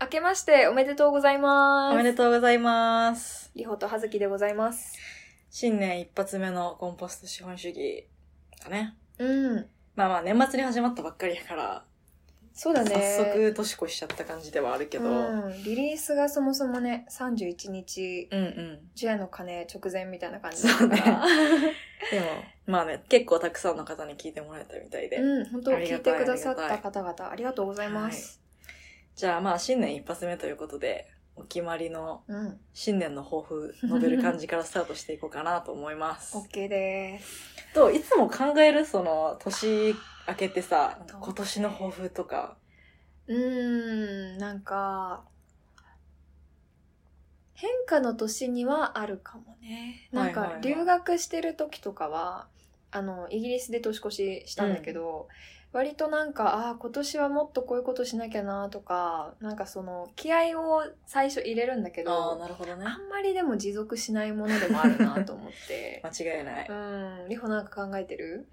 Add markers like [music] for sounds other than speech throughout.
明けましておめでとうございます。おめでとうございます。りほとはずきでございます。新年一発目のコンポスト資本主義だね。うん。まあまあ年末に始まったばっかりやから、そうだね。早速年越しちゃった感じではあるけど、うん、うん。リリースがそもそもね、31日、うんジェの鐘直前みたいな感じだったから。でも、まあね、結構たくさんの方に聞いてもらえたみたいで。うん、本当あり聞がいたていくださった方々、ありがとうございます。じゃあまあ新年一発目ということで、お決まりのうん。新年の抱負、述べる感じからスタートしていこうかなと思います。 OK です。と、いつも考えるその、年明けてさ、なんか今年の抱負とか、うーん、なんか、変化の年にはあるかもね。なんはいはかいは、い留学してる時とかは、あの、イギリスで年越ししたんだけど、割となんか、ああー、今年はもっとこういうことしなきゃなとか、なんかその、気合を最初入れるんだけああ、ど、なるほどねあ。んまりでも持続しないものでもあるなと思っ [laughs] て。間違いない。うん、リホなんか考えてる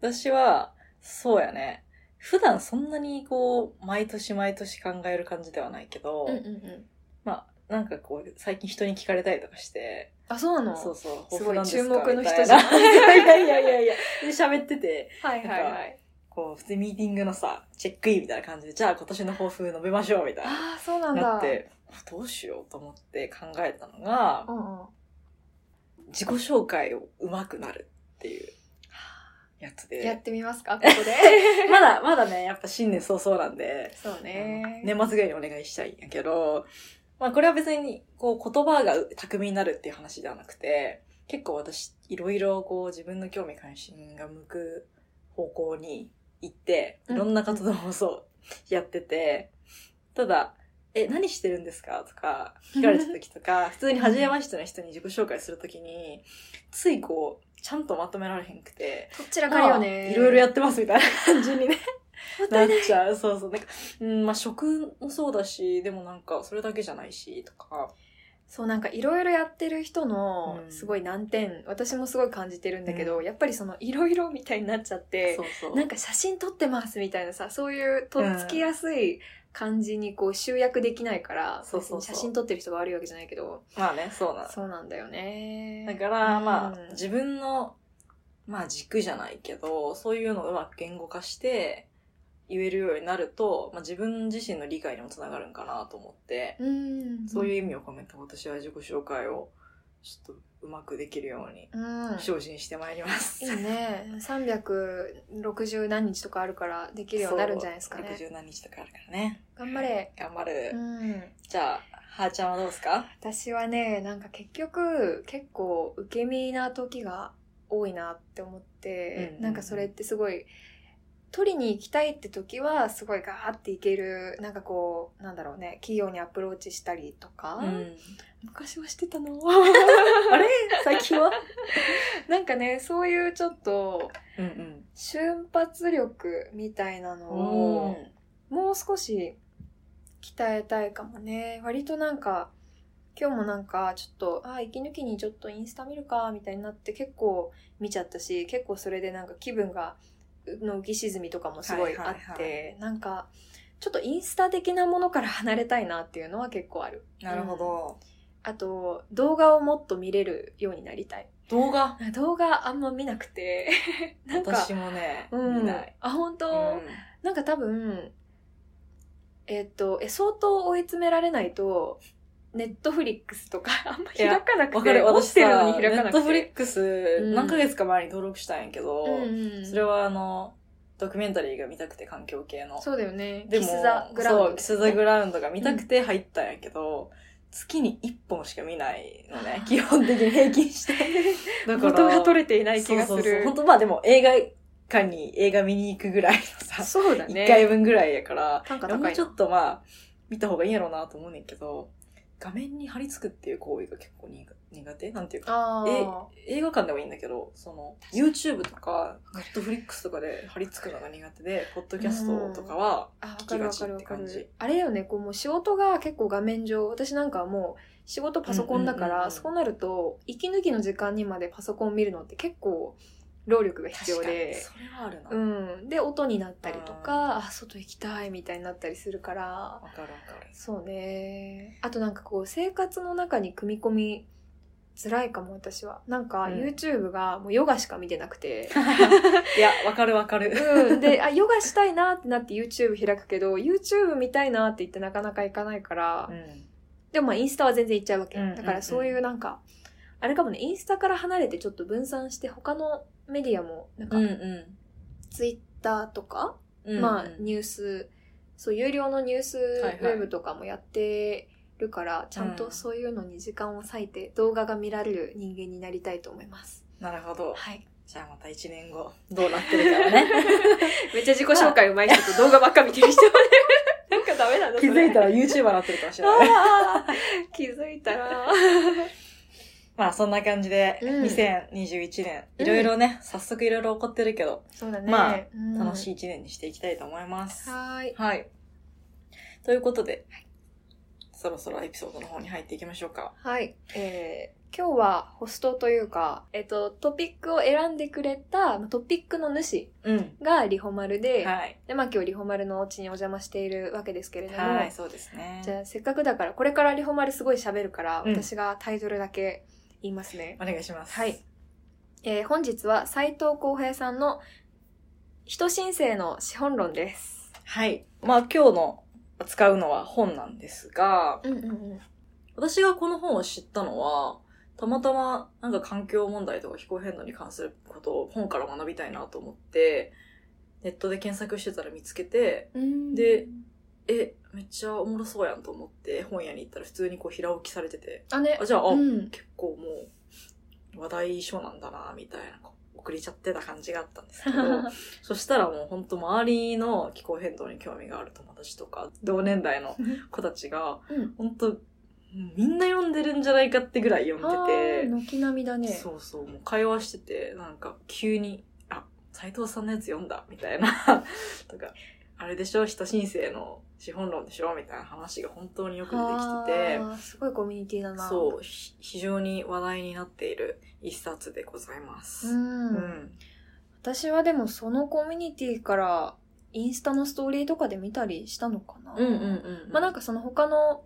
私は、そうやね。普段そんなにこう、毎年毎年考える感じではないけうど、んうんうん。まあ、なんかこう、最近人に聞かれたりとかして、あ、そうなのそうそう、すごい抱負なんですか注目の人みたいじゃんな [laughs] いやいやいやいや、で喋ってて、はいはいはい。こう、普通にミーティングのさ、チェックインみたいな感じで、じゃあ今年の抱負述べましょう、みたいな。ああ、そうなんだ。なって、どうしようと思って考えたのがう、んうん。自己紹介を上手くなるっていうやつやでっ。てみますか、ここ [laughs] で。まだ、まだね、やっぱ新年早々なんで、そうね。年末ぐらいにお願いしたいんやけど、まあこれは別に、こう言葉が巧みになるっていう話ではなくて、結構私、いろいろこう自分の興味関心が向く方向に行って、いろんな活動をそう、やってて、ただ、え、何してるんですかと [laughs] か、聞かれた時とか、普通に初めましての人に自己紹介するときに、ついこう、ちゃんとまとめられへんくて、こっちらかるよね。いろいろやっってますみたいな感じにね、た [laughs] ないっない。ちゃう。そうそう。なんか、うん、まあ、食もそうだし、でもなんか、それだけじゃないし、とか。そう、なんかいろいろやってる人のう、んすごい難点、私もすごい感じてるんだけど、やっぱりその、いろいろみたいになっちゃって、うそなんか写真撮ってますみたいなさ、そういうとっつきやすい感じにこう集約できないから、そうそうそう別に写真撮ってる人が悪いわけじゃないけど、まあね、そうなの。そうなんだよね。だから、まうんあ、自分の、まあ、軸じゃないけど、そういうのをうまく言語化して、言えるようになると、まあ、自分自身の理解にもつながるんかなと思って、うん。そういう意味を込めて私は自己紹介を、ちょっと、うまくできるように、うん。精進してまいります。いいね。360何日とかあるからできるようになるんじゃないですかね。 [laughs] そう60何日とかあるからね。頑張れ。頑張る。うん。じゃあ、はーちゃんはどうですか私はね、なんか結局、結構受け身な時が多いなって思って、うんなんかそれってすごい、取りに行きたいって時は、すごいガーっていける、なんかこう、なんだろうね、企業にアプローチしたりとか、うん、昔はしてたの [laughs] あれ最近はなんかね、そういうちょっと、うんうん。瞬発力みたいなのを、もう少し鍛えたいかもね。割となんか、今日もなんか、ちょっと、あ、息抜きにちょっとインスタ見るか、みたいになって結構見ちゃったし、結構それでなんか気分が、の浮き沈みとかもすごいあって、はいはいなんか、ちょっとインスタ的なものから離れたいなっていうのは結構ある。なるほど。あと、動画をもっと見れるようになりたい。動画動画あんま見なくて、 [laughs] なんか、私もね、見ない。あ、本当、うんなんか多分、えっ、と、え、相当追い詰められないと、ネットフリックスとかあんま開かなくて、わかる、持私ってるのさ、にネ開かなッくて。トフリックスん何ヶ月か前に登録したんやけど、うんうん、それはあの、ドキュメンタリーが見たくて、環境系の。そうだよね。でもキスザグラウンド、そう、キスザグウンラウンドが見たくて入ったんやけど、月に1本しか見ないのね、基本的に平均して。だか [laughs] ら、元が取れていない気がすそうそうそうる。本当まあでも映画館に映画見に行くぐらいのさ、そうだ一ね。回分ぐらいやから、単価も高ういちょな。っとまあ、見た方がいいやろうなと思うねんけど、画面に貼り付くっていう行為が結構にが苦手なんていうか、あえあ。映画館でもいいんだけど、その、YouTube とか、Netflix とかで貼り付くのが苦手で、ポッドキャストとかは、あ、わかるわかる聞わきかがちって感じる。あれよね、こうもう仕事が結構画面上、私なんかはもう仕事パソコンだかうんうんうんうら、んそうなると、息抜きの時間にまでパソコン見るのって結構労力が必要で。確かにそれはあるな。うわん、で音になったりとかあ外行きたいみたいになったりするからかるわかる。そうねあとなんかこう生活の中に組み込みづらいかも私はなんかうん YouTube がもうヨガしか見てなくて、いや、わかるわかる。うん、であヨガしたいなってなって YouTube 開くけど YouTube 見たいなって言ってなかなか行かないから、うんでもまあインスタは全然行っちゃうわけ、うんうんうんだからそういうなんかあれかもねインスタから離れてちょっと分散して他のメディアもなんかうんう Twitter とか、んうん。まあ、ニュースそう有料のニュースウはいはいェブとかもやってるから、ちゃんとそういうのに時間を割いて動画が見られる人間になりたいと思います、なるほど。はいじゃあまた1年後、どうなってるかね。 [laughs] めっちゃ自己紹介うまい人と動画ばっか見てる人はねなんかダメなんだ気づいたらら YouTuber になってるかもしれない。あー気づいたらまあそんな感じで、うん2021年、うんいろいろね、早速いろいろ起こってるけど、そうだね、まあうん楽しい1年にしていきたいと思います。はーいはい。ということで、そろそろエピソードの方に入っていきましょうか。はい、えー今日はホストというか、えっと、トピックを選んでくれたまあトピックの主うん。がリホマルで、はい。で、まあ今日リホマルのお家にお邪魔しているわけですけれども、はい、そうですね。じゃあせっかくだから、これからリホマルすごい喋るから、うん私がタイトルだけ言いますね。お願いします。はい。えー本日は斉藤浩平さんの人申請の資本論です。はい。まあ今日の使うのは本なんですが、うんうんうん。私がこの本を知ったのは、たまたまなんか環境問題とか気候変動に関することを本から学びたいなと思って、ネットで検索してたら見つけて、で、え、めっちゃおもろそうやんと思って本屋に行ったら普通にこう平置きされてて、あ、ねあ、、 [laughs] じゃあ、あ [laughs] うん。結構もう話題書なんだな、みたいな、こう遅れちゃってた感じがあったんですけど、 [laughs] そしたらもうほんと周りの気候変動に興味がある友達とか、同年代の子たちが、うん。ほんと、みんな読んでるんじゃないかってぐらい読んあーで軒並みだて、ね。そうそう、もう会話してて、なんか急に、あ、斎藤さんのやつ読んだ、みたいな、 [laughs] とか、あれでしょ、人申請の資本論でしょ、みたいな話が本当によく出てきててあ、ーすごいコミュニティだな。そう、ひ非常に話題になっている一冊でございます。ううんん私はでもそのコミュニティからインスタのストーリーとかで見たりしたのかな、うんうんうんうん。まあなんかその他の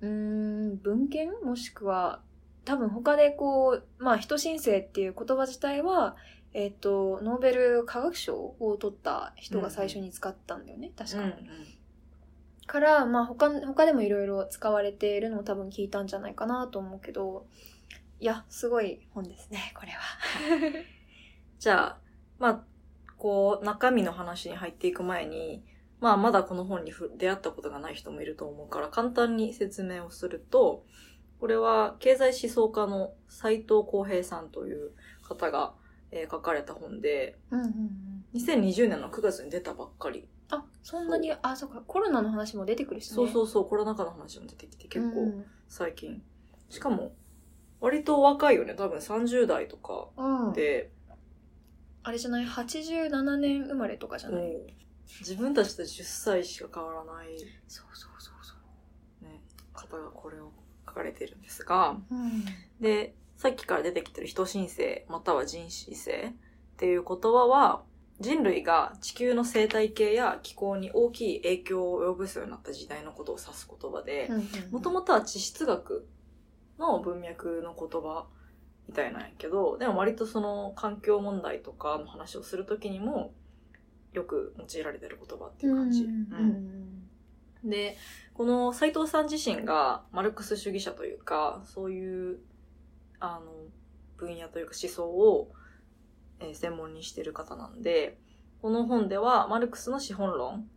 うーん文献もしくは多分他でこうまあ人申請っていう言葉自体はえっ、とノーベル化学賞を取った人が最初に使ったんだよね、確うんか、うん、からまあ他他でもいろいろ使われているのを多分聞いたんじゃないかなと思うけどいやすごい本ですねこれは。じゃあ、まあ、こう、中身の話に入っていく前に、まあ、まだこの本にふ出会ったことがない人もいると思うから、簡単に説明をすると、これは経済思想家の斎藤浩平さんという方が、えー書かれた本で、うんうんうん2020年の9月に出たばっかり。あそんなにあそうかコロナの話も出てくるしねそうそううそう、コロナ禍の話も出てきて、結構ん最近。しかも、割と若いよね。多分30代とかうん、で、あれじゃない87年生まれとかじゃない、もう自分たちと10歳しか変わらない、そうそうそうそうね、方がこれを書かれているんですが、うんで、さっきから出てきてる人申請または人申請っていう言葉は、人類が地球の生態系や気候に大きい影響を及ぼすようになった時代のことを指す言葉で、もとももとは地質学の文脈の言葉みたいなんやけど、でも割とその環境問題とかの話をするときにも、よく用いられてる言葉っていう感じ。うんうんで、この斎藤さん自身がマルクス主義者というか、そういう、あの、分野というか思想を、えー専門にしてる方なんで、この本ではマルクスの資本論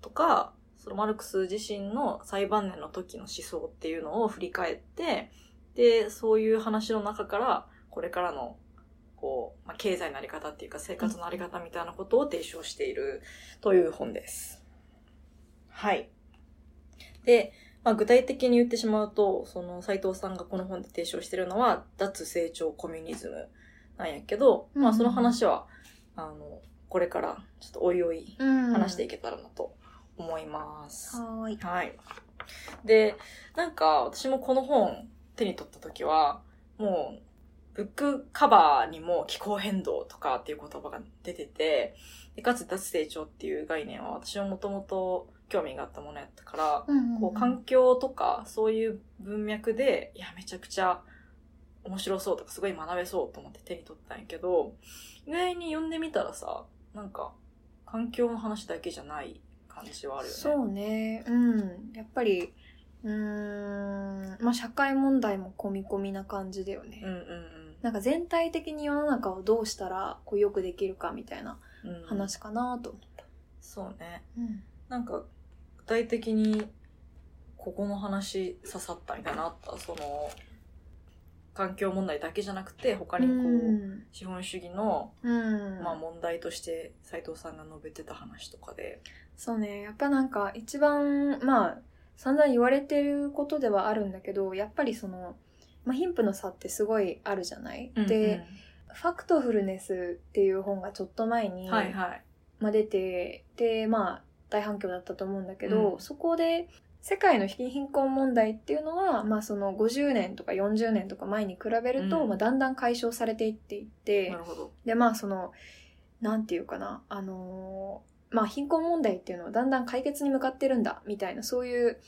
とか、そのマルクス自身の最晩年の時の思想っていうのを振り返って、で、そういう話の中から、これからの、こう、まあ、経済のあり方っていうか生活のあり方みたいなことを提唱しているという本です。はい。で、まあ、具体的に言ってしまうと、その斉藤さんがこの本で提唱してるのは、脱成長コミュニズムなんやけど、まあその話は、あの、これからちょっとおいおいうん話していきけたらなと思います。はーいはい。で、なんか私もこの本手に取った時は、もうブックカバーにも気候変動とかっていう言葉が出てて、でかつ脱成長っていう概念は私はもともと興味があったものやったから、うんこう環境とかそういう文脈で、いや、めちゃくちゃ面白そうとかすごい学べそうと思って手に取ったんやけど、意外に読んでみたらさ、なんか環境の話だけじゃない感じはあるよね。そうねうんやっぱりうーんまあ社会問題も込み込みな感じだよね、うんうんなんか全体的に世の中をどうしたらこうよくできるかみたいなうん。うん。話かなと思った、そうね。うんなんか、具体的に、ここの話刺さったみたいなのあったその、環境問題だけじゃなくて、他にこう、資本主義の、うん、まあ問題として斉藤さんが述べてた話とかで。そうねやっぱなんか一番まあ散々言われてることではあるんだけどやっぱりその、まあ、貧富の差ってすごいあるじゃない、で、「ファクトフルネス」っていう本がちょっと前に、はいはい。まあ、出てでまあ大反響だったと思うんだけど、うんそこで世界の貧困問題っていうのは、まあ、その50年とか40年とか前に比べると、うんまあ、だんだん解消されていっていて、なるほど。でまあそのなんていうかなあのーまあ貧困問題っていうのはだんだん解決に向かってるんだみたいなそういう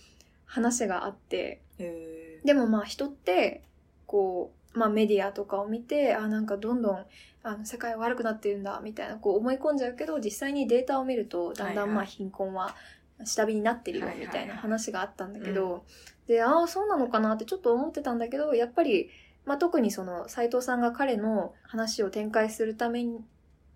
話があってへーでもまあ人ってこう、まあ、メディアとかを見てあなんかどんどんあの世界は悪くなってるんだみたいなこう思い込んじゃうけど実際にデータを見るとだんだはいはんいまあ貧困は下火になってるよはいはいはみいたいな話があったんだけど、でああそうなのかなってちょっと思ってたんだけどやっぱり、まあ、特にその斎藤さんが彼の話を展開するため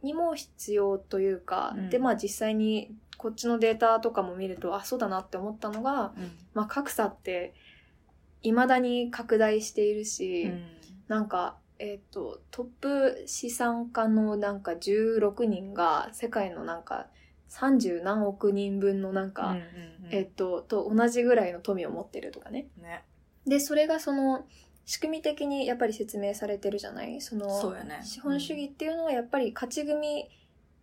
にも必要というか、うんでまあ実際にこっちのデータとかも見るとあそうだなって思ったのが、うんまあ、格差って未だに拡大しているし、うんなんか、えっとトップ資産家のなんか16人が世界のなんか30何億人分のなんか、うんうんうんえっとと同じぐらいの富を持ってるとかね。ね。でそれがその仕組み的にやっぱり説明されてるじゃないそのそうやね。資本主義っていうのはやっぱり勝ち組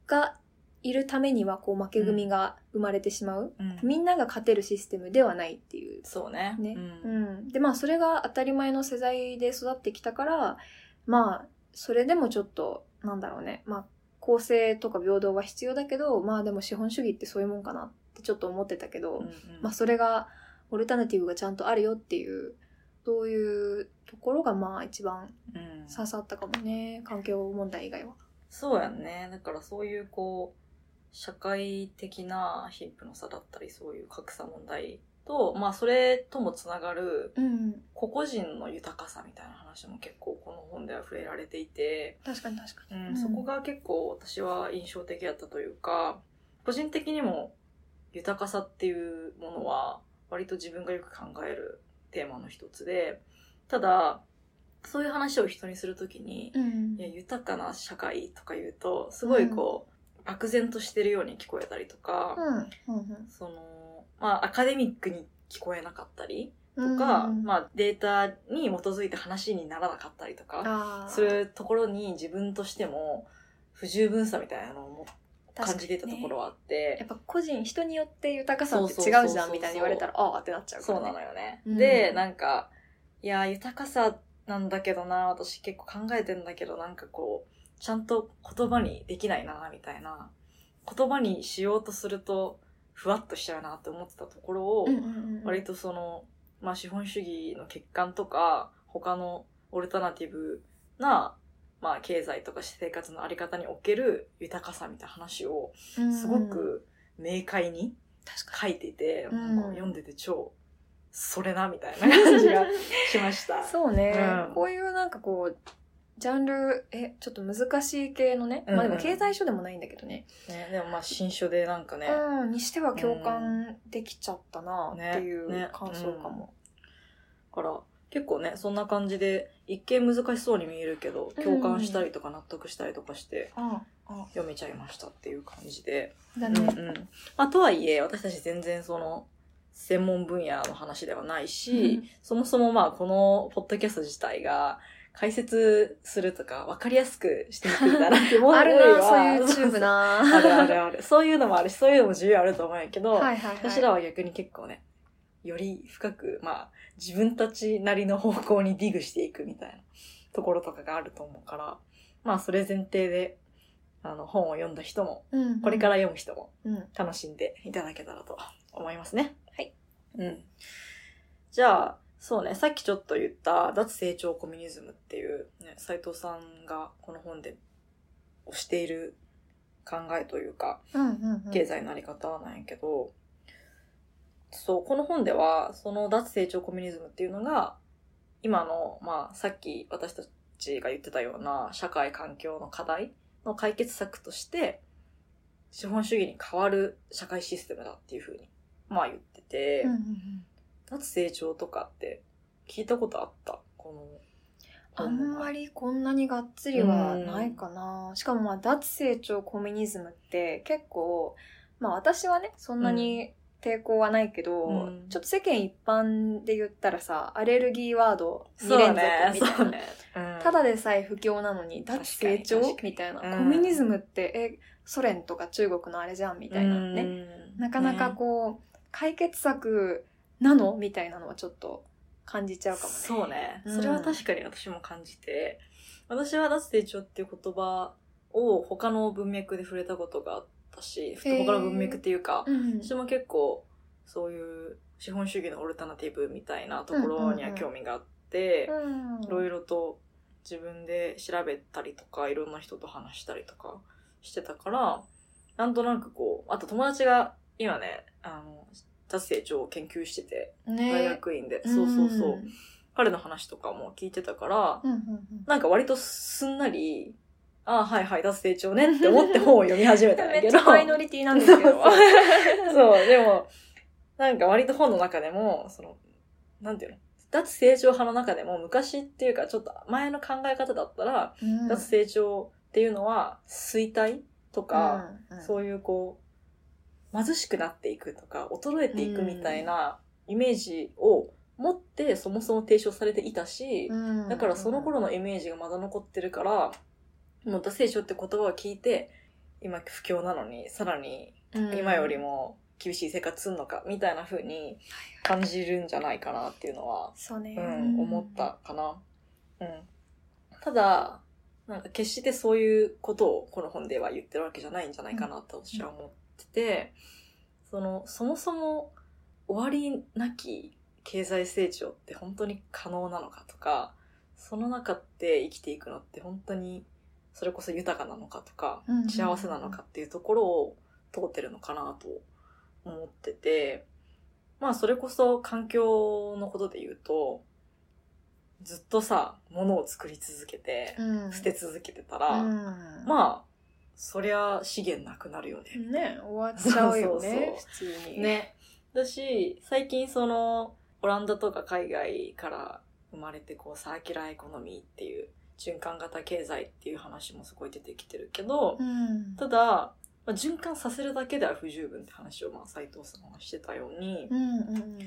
がいるためにはこう負け組が生まれてしまう、うん。うんみんなが勝てるシステムではないっていうそうね。ねうんうん、でまあそれが当たり前の世代で育ってきたからまあそれでもちょっとなんだろうね、まあ、公正とか平等は必要だけどまあでも資本主義ってそういうもんかなってちょっと思ってたけど、うんうんまあ、それがオルタナティブがちゃんとあるよっていうそういうところがまあ一番うん刺さったかもね環境問題以外は。そうやんね。だからそういうこう、社会的な貧富の差だったり、そういう格差問題と、まあそれともつながるうん、個々人の豊かさみたいな話も結構この本では触れられていて、確かに確かうに。んうんそこが結構私は印象的だったというか、個人的にも豊かさっていうものは割と自分がよく考えるテーマの一つで、ただ、そういう話を人にするときに、うんいや豊かな社会とか言うとすごいこう、漠然としてるように聞こえたりとか、うんうんそのまあアカデミックに聞こえなかったりうとんか、うんまあ、データに基づいて話にならなかったりとかあーするところに自分としても不十分さみたいなのを確かにね感じてたところはあっやて、っぱ個人人によって豊かさって違うじゃんみたいに言われたらああってなっちゃうかそらうなねのよね。うんでなんかいや豊かさなんだけどな私結構考えてんだけどなんかこうちゃんと言葉にできないなみたいな言葉にしようとするとふわっとしちゃうなって思ってたところを、うんうんうん割とその、まあ、資本主義の欠陥とか他のオルタナティブな、まあ、経済とか生活のあり方における豊かさみたいな話をすごく明快に確書いてて、うんなんか読んでて超それなみたいな感じがかにしました。 [laughs] そうね、うんこういうなんかこうジャンルえちょっと難しい系のね、うんうんまあでも経済書でもないんだけどね、ね、でもまあ新書でなんかね、うんにしては共感できちゃったなっていねうね感想かも、から結構ねそんな感じで一見難しそうに見えるけどうん共感したりとか納得したりとかしてああ読めちゃいましたっていう感じで。だうんうね、んまあ、とはいえ私たち全然その専門分野の話ではないし、うんそもそもまあこのポッドキャスト自体が解説するとか分かりやすくしていくんだなって思 [laughs] うあるなそういうチュー YouTube ブなあるあるあるそういうのもあるしそういうのも重要あると思うんやけど、はいはいはい私らは逆に結構ねより深くまあ自分たちなりの方向にディグしていくみたいなところとかがあると思うから、まあそれ前提で、あの、本を読んだ人も、うんこれから読む人もうんうん楽しんでいただけたらと思いますね。はい。うん。じゃあ、そうね、さっきちょっと言った、脱成長コミュニズムっていう、ね、斉藤さんがこの本で推している考えというか、うんうん経済のあり方なんやけど、そう、この本では、その脱成長コミュニズムっていうのが、今の、まあ、さっき私たちが言ってたような社会環境の課題の解決策として、資本主義に変わる社会システムだっていうふうに、まあ言ってて、うんうんうん脱成長とかって聞いたことあったこの、あんまりこんなにがっつりはないかな。しかもまあ、脱成長コミュニズムって結構、まあ私はね、そんなに抵抗はないけど、うんちょっと世間一般で言ったらさ、アレルギーワードそ2う連続みねたそいうな。うんただでさえ不況なのに、脱成長確かにみたいな。うんコミュニズムって、え、ソ連とか中国のあれじゃんみたいなね。うんなかなかこう、解決策なのみたいなのはちょっと感じちゃうかもね。そうね。うんそれは確かに私も感じて、私は脱成長っていう言葉を他の文脈で触れたことがあったへし、ー他の文脈っていうか、うん私も結構そういう資本主義のオルタナティブみたいなところには興味があって、うん。いろいろと自分で調べたりとか、いろんな人と話したりとかしてたから、なんとなくこう、あと友達が今ね、あの、脱成長を研究してて、ね大学院で、そうそうそう。ん彼の話とかも聞いてたから、うんうんなんか割とすんなり、ああ、はいはい、脱成長ねって思って本を読み始めたん [laughs] めだけっちど。ゃマイノリティなんですけど。そうそう、でも、なんか割と本の中でも、その、なんていうの脱成長派の中でも昔っていうかちょっと前の考え方 [laughs] だったら、うん脱成長っていうのは衰退とか、、うんそういうこう、貧しくなっていくとか、衰えていくみたいなイメージを持ってそもそも提唱されていたし、うんだからその頃のイメージがまだ残ってるから、もう脱成長って言葉を聞いて、今不況なのに、さらに今より。うんも厳しい生活すんのか、みたいな風に感じるんじゃないかなっていうのは、そうね。うん、思った。かな。うん。ただ、なんか決してそういうことをこの本では言ってるわけじゃないんじゃないかなと私は思ってて、その、そもそも終わりなき経済成長って本当に可能なのかとか、その中って生きていくのって本当にそれこそ豊かなのかとかうんうんうん、幸せなのかっていうところを通ってるのかなと思ってて、まあそれこそ環境のことで言うと、ずっとさ、物を作り続けて、うん。捨て続けてたら、うんまあ、そりゃ資源なくなるよね。ね、終わっちゃうよね。普通に。。ね。だし、最近その、オランダとか海外から生まれてこう、サーキュラーエコノミーっていう、循環型経済っていう話もすごい出てきてるけど、うん。ただ、まあ、循環させるだけでは不十分って話を、まあ、斉藤さんはしてたように、うんうんうん。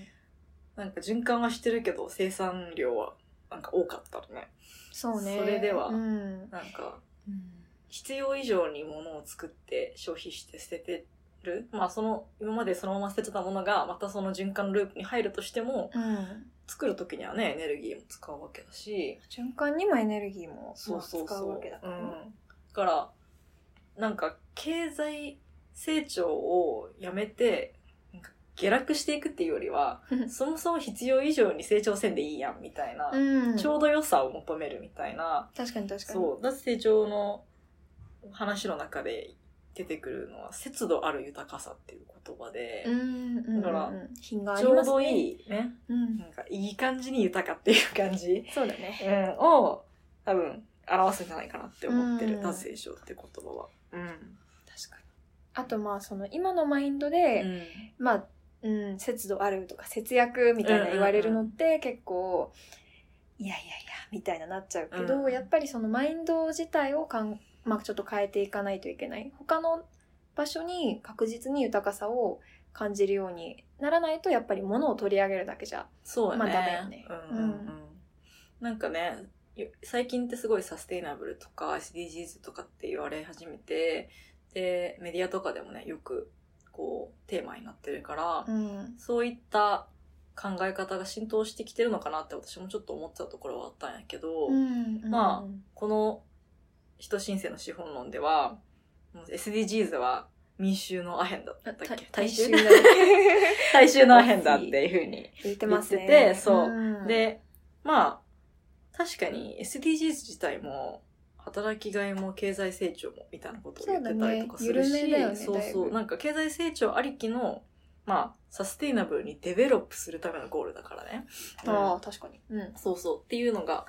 なんか循環はしてるけど、生産量はなんか多かったらね。そうね。それではうん。なんか、必要以上に物を作って消費して捨ててる。まあ、その、今までそのまま捨ててたものが、またその循環ループに入るとしても、うん。作る時にはね、エネルギーも使うわけだし、循環にもエネルギーもまそうあ使そうそう。うわけだからうんね。だから、なんか、経済成長をやめて、なんか下落していくっていうよりは、そもそも必要以上に成長せんでいいやん、みたい [laughs] な、うん。ちょうど良さを求めるみたいな、確かに確かに。そう、脱成長の話の中で出てくるのは、節度ある豊かさっていう言葉で、うんうんうん。だから、品があちりょまうすどね。いいね、うん。なんかいい感じに豊かっていう感じ。そうだね。うん、を多分表すんじゃないかなって思ってる、うん脱成症って言葉は。うん。確かに。あとまあ、その今のマインドで、うんまあ、うん、節度あるとか節約みたいな言われるのって結構、いやいやいや、みたいななっちゃうけど、うんやっぱりそのマインド自体をかん、まあちょっと変えていかないといけない。他の場所に確実に豊かさを感じるようにならないと、やっぱり物を取り上げるだけじゃ。そうまよあダね。メよねうんうんうんなんかね、よ最近ってすごいサステイナブルとか SDGs とかって言われ始めて、で、メディアとかでもね、よくこう、テーマになってるから、うん。そういった考え方が浸透してきてるのかなって私もちょっと思ってたところはあったんやけど、うんまあこの人申請の資本論では、SDGs は民衆のアヘンだったっけ大大衆 [laughs] 衆大衆のアヘンだっていうふうに。言ってますね。言っててそううん、で、まあ、確かに SDGs 自体も、働きがいも経済成長もみたいなことを言ってたりとかするそうだね緩めし、だよねそうだいそぶう、なんか経済成長ありきの、まあ、サステイナブルにデベロップするためのゴールだからね。ああ、確かに。うん。、そうそうっていうのが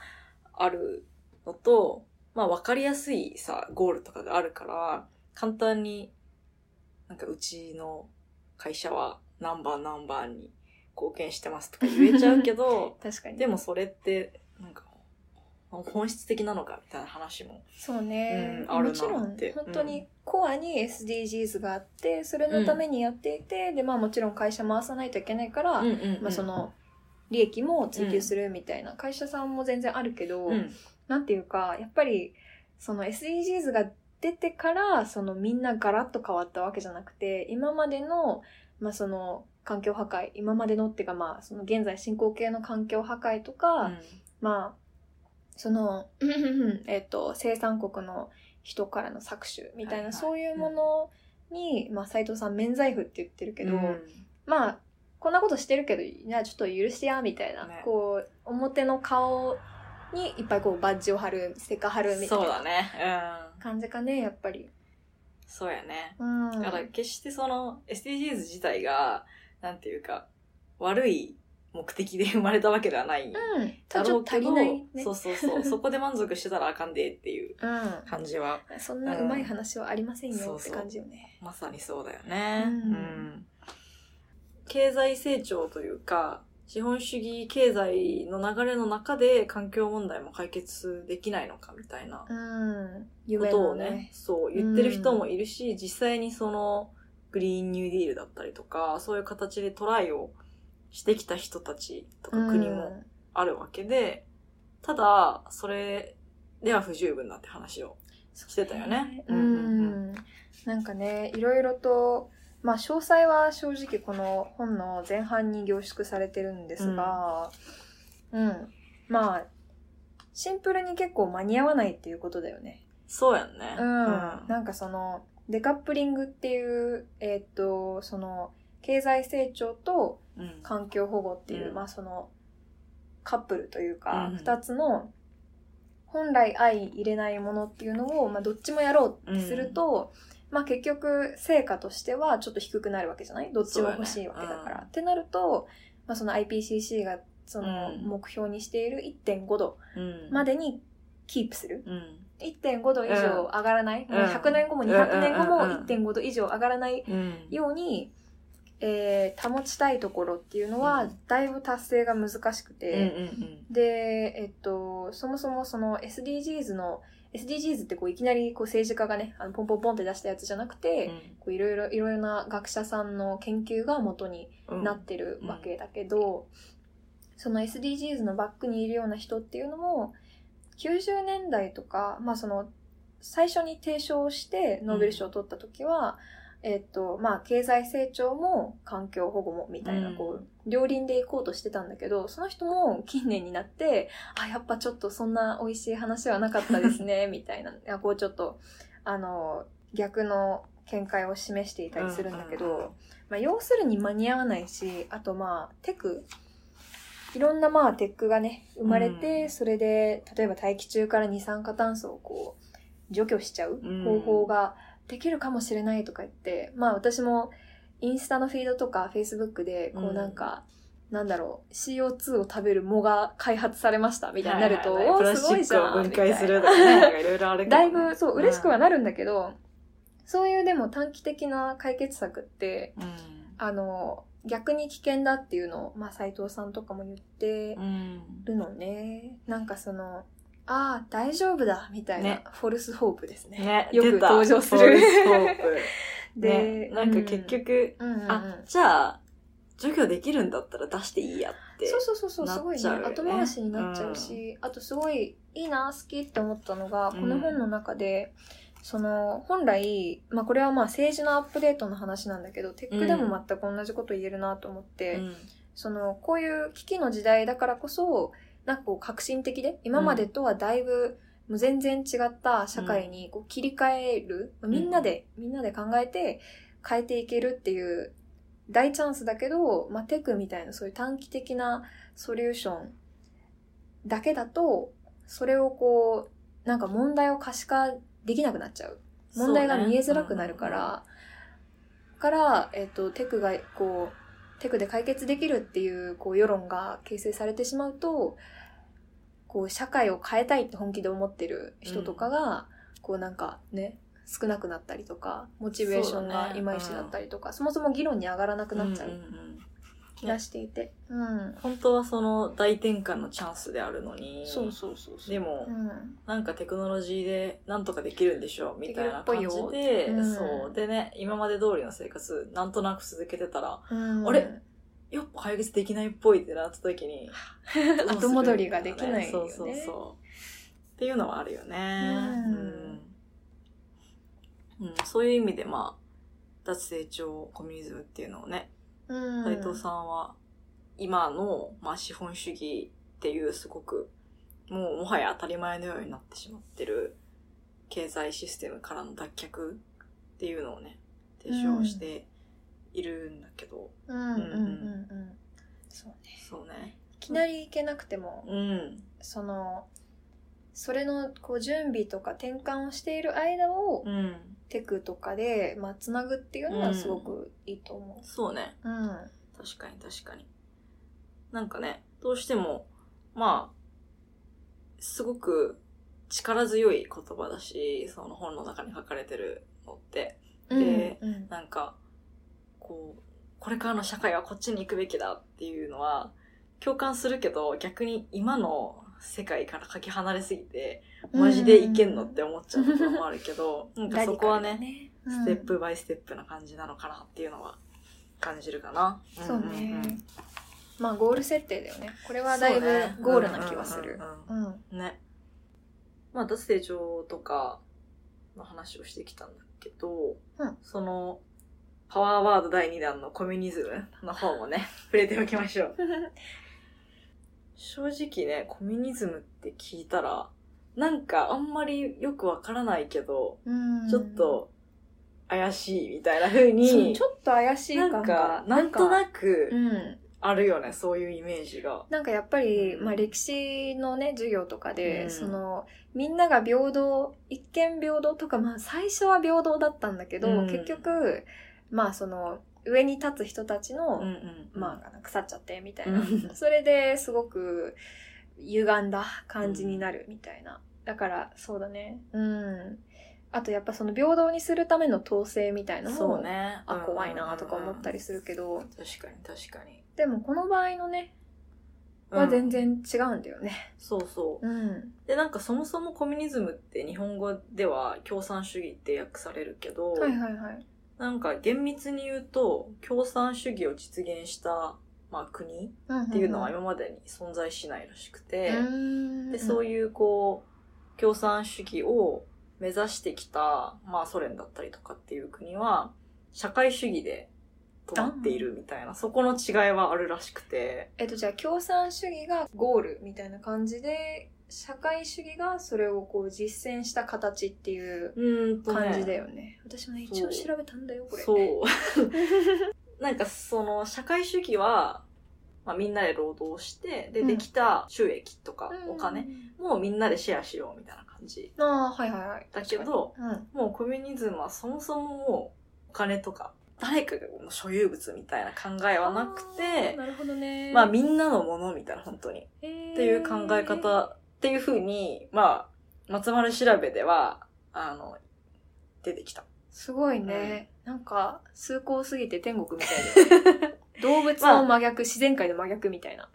あるのと、まあ分かりやすいさ、ゴールとかがあるから、簡単に、なんかうちの会社は何番何番に貢献してますとか言えちゃうけど [laughs] 確かに。でもそれって、なんか、本質的なのかみたいな話も。そうね、うんあるなもちろんって本当にコアに SDGs があってそれのためにやっていて、でまあもちろん会社回さないといけないから、うんうんうんまあ、そ、の利益も追求するみたいな会社さんも全然あるけど、うん、なんていうかやっぱりその SDGs が出てからそのみんなガラッと変わったわけじゃなくて今までの,、まあその環境破壊今までのっていうかまあその現在進行形の環境破壊とか、まあ、その、 [laughs] えっと、生産国の人からの搾取みたいな、はいはいそういうものに、まあ、斎藤さん、免罪符って言ってるけけど、まあ、こんなことしてるけど、じゃあちょっと許してや、みたいな、ねこう、表の顔にいっぱいこう、バッジを貼る、ステッカー貼るみたいそうだなね。うん。感じかね、やっぱり。そうやね。うん。だから決してその SDGs 自体が、なんていうか、悪い目的で生 [laughs] まれたわけではないうん。ちょだっろとうけ足りど、ないね。そうそ [laughs] うそう、そこで満足してたらあかんでっていううん。感じは、そんなうまい話はありませんそようってそう感じよね。まさにそうだよね。うんうん経済成長というか、資本主義経済の流れの中で環境問題も解決できないのかみたいなうん。こ夢とのをね、ね。そう言ってる人もいるし、実際にそのグリーンニューディールだったりとか、そういう形でトライをしてきた人たちとか国もあるわけで、ただ、それでは不十分だって話をしてたよね。ううんうんん、なんかねいろいろと、まあ、詳細は正直この本の前半に凝縮されてるんですが、うんまあシンプルに結構間に合わないっていうことだよね。そうやんね。うん、なんかそのデカップリングっていう、えーっとその経済成長とうんうん環境保護っていう、うんまあそのカップルというか、うん2つの本来相入れないものっていうのを、まあ、どっちもやろうってすると、まあ結局成果としてはちょっと低くなるわけじゃないどっちも欲しいわけだそうかだら。ねうんってなると、まあ、その IPCC がそのうん目標にしている1.5度うんまでにキープする。うん。 1.5度以上上がらない、うんもう100年後も200年後もうんうんうん1.5度以上上がらないうん。ように、えー保ちたいところっていうのは、うんだいぶ達成が難しくうんうんて、で、えっと、そもそもその SDGs の SDGs ってこういきなりこう政治家がねあのポンポンポンって出したやつじゃなくうて、んこういろいろいろいろな学者さんの研究が元にうん。なってるわけだけど、その SDGs のバックにいるような人っていうのも90年代とか、まあ、その最初に提唱してノーベル賞を取った時は、えっとまあ、経済成長も環境保護もみたいな、うんこう両輪で行こうとしてたんだけどその人も近年になってあやっぱちょっとそんな美味しい話はなかったです [laughs] ねみたいないやこうちょっとあの逆の見解を示していたりするんだけど。うんうんうんまあ、要するに間に合わないしあとまあテクいろんなまあテックがね生まれて、うんそれで例えば大気中から二酸化炭素をこう除去しちゃううん方法ができるかもしれないとか言って、まあ私もインスタのフィードとかフェイスブックでこううんなんか、なんだろう CO2 を食べる藻が開発されましたみたいになると、はいはいはいプおーラすスチごいッじクゃをん分解するみとたいかね、な [laughs] なんかいろいろあるけどだいねぶそう嬉しくはなるんだけど、そういうでも短期的な解決策ってうんあの逆に危険だっていうのを、まあ、斉藤さんとかも言ってうん。るのね、なんかそのああ大丈夫だみたいな、ねフォルスホープですねね、よく出た登場するフォレストホー [laughs] プで、ね、なんか結局、うん、うんうんうんあ、じゃあ、除去できるんだったら出していいやって。そうそうそうそうなすごっいちねゃうよね後回しになっちゃうし、あとすごいいいな好きって思ったのが、この本の中でその本来、まあ、これはまあ政治のアップデートの話なんだけどテックでも全く同じこと言えるなと思って、うんその、こういう危機の時代だからこそ、なんかこう革新的で、今までとはだいぶ、もう全然違った社会にこう切り替える、みんなで、みんなで考えて変えていけるっていう大チャンスだけど、まあ、テクみたいなそういう短期的なソリューションだけだと、それをこう、なんか問題を可視化できなくなっちゃう。問題が見えづらくなるかそうねら、から、えっと、テクが、こう、テクで解決できるっていう、こう、世論が形成されてしまうと、こう、社会を変えたいって本気で思ってる人とかが、こう、なんかね、少なくなったりとか、モチベーションそうがだねいまいちだったりとか、そもそも議論に上がらなくうんなうんっちゃうんううん気がしていて。うん。本当はその大転換のチャンスであるのにそうそうそうそう。でも、うん。なんかテクノロジーでなんとかできるんでしょうみたいな感でじきるっぽいで、うんそうでね今まで通りの生活なんとなく続けてたらうん、あれやっぱ解決できないっぽいってなった時にどうする [laughs] 後戻りができないよそねうそうそうっていうのはあるよねうんうん、うんそういう意味でまあ脱成長コミュニズムっていうのをねうん、斉藤さんは今の、まあ、資本主義っていうすごくもうもはや当たり前のようになってしまってる経済システムからの脱却っていうのをね提唱しているんだけど、うんうんうんうんそうねそうねいきなり行けなくてもうんそのそれのこう準備とか転換をしている間をうんテクとかでまあつなぐっていうのうはんすごくいいと思そうねう。うん確かに確かになんかねどうしてもまあすごく力強い言葉だしその本の中に書かれてるのってでうんうんなんか、こう、これからの社会はこっちに行くべきだっていうのは、共感するけど、逆に今の世界からかけ離れすぎて、マジでいけんのって思っちゃうところもあるけど、なんかそこはね、ラディスカテルだップバイステップな感じなのかなっていうのは感じるかな。うんそうね、んんんまあゴール設定だよねこれはだいそうねぶゴールな気はするうんうんうんうんうんね。まあ、脱成長とかの話をしてきたんだけど、うんその、パワーワード第2弾のコミュニズムの方もね、 [laughs] 触れておきましょう。正直ね、コミュニズムって聞いたら、なんかあんまりよくわからないけど、うん [laughs] ちょっと怪しいみたいな風そうにち、ょっと怪しいな感んがか、なんとくなうくんあるよね、そういうイメージが。なんかやっぱり、うんまあ、歴史のね授業とかで、うんそのみんなが平等一見平等とか、まあ、最初は平等だったんだけど、うん結局まあその上に立つ人たちの、んまあ腐っちゃってみたいうな、[laughs] んそれですごく歪んだ感じになるみたいな、だからそうだねうんあとやっぱその平等にするための統制みたいなのもそうね。あ怖いなとか思ったりするけど、確かに確かに。でもこの場合のねうはん全然違うんだよね。そうそう。うんで、なんかそもそもコミュニズムって日本語では共産主義って訳されるけど、はいはいはい。なんか厳密に言うと共産主義を実現した、まあ、国っていうのは今までに存在しないらしくて、でで、そういいうこう、共産主義を目指してきた、まあソ連だったりとかっていう国は、社会主義で止まっているみたいな、そこの違いはあるらしくて、えっとじゃあ共産主義がゴールみたいな感じで社会主義がそれをこう実践した形っていううーんとね感じだよね。私もね一応そう調べたんだよこれ。そう [laughs] なんかその社会主義は、まあ、みんなで労働してでうんできた収益とかうんお金。もうみんなでシェアしようみたいな感じああはいはいはい。だけど確かに。もうコミュニズムはそもそももうお金とか誰かがもう所有物みたいな考えうん。はなくあーてなるほどね。まあみんなのものみたいな本当にへーっていう考え方っていうふうにまあ松丸調べではあの出てきた。すごいね。なんか崇高すぎて天国みたい [laughs] だよね動物の真逆、自然界の真逆みたいな。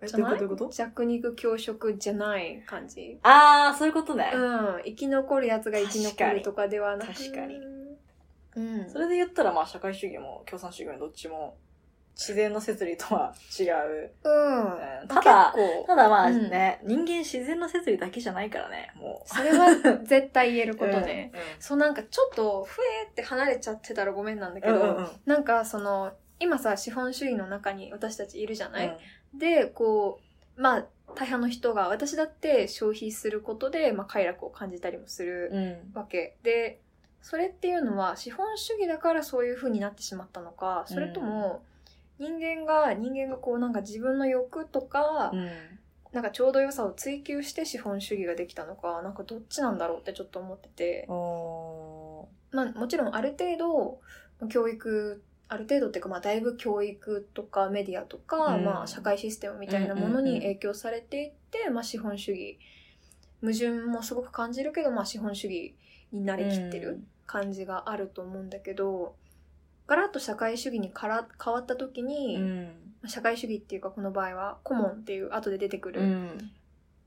えじゃないどういうことどういうこと弱肉強食じゃない感じ。ああそういうことね。うん、生き残るやつが生き残るとかではなく確かにうん、それで言ったらまあ社会主義も共産主義もどっちも自然の摂理とは違う。うんうんまあただ、結構ただまあね、人間自然の摂理だけじゃないからね、もそれ [laughs] は絶対言えるう。ことね、そうなんかちょっとふえって離れちゃってたらごめんなんだけうん。ど、うんうんうんなんかその今さ資本主義の中に私たちいるじゃない、うんでこうまあ大半の人が私だって消費することで、まあ、快楽を感じたりもするうんわけ、でそれっていうのは資本主義だからそういう風になってしまったのかそれとも人間が人間がこうなんか自分の欲とか、うんなんかちょうど良さを追求して資本主義ができたのかなんかどっちなんだろうってちょっと思ってて、おまあ、もちろんある程度教育ある程度っていうか、まあ、だいぶ教育とかメディアとか、うんまあ、社会システムみたいなものうんうんうにん影響されていって、まあ、資本主義矛盾もすごく感じるけど、まあ、資本主義になーりきってる感じがあると思うんだけど、ガラッと社会主義にから変わった時に、うんまあ社会主義っていうかこの場合はコモンっていう後で出てくる、うん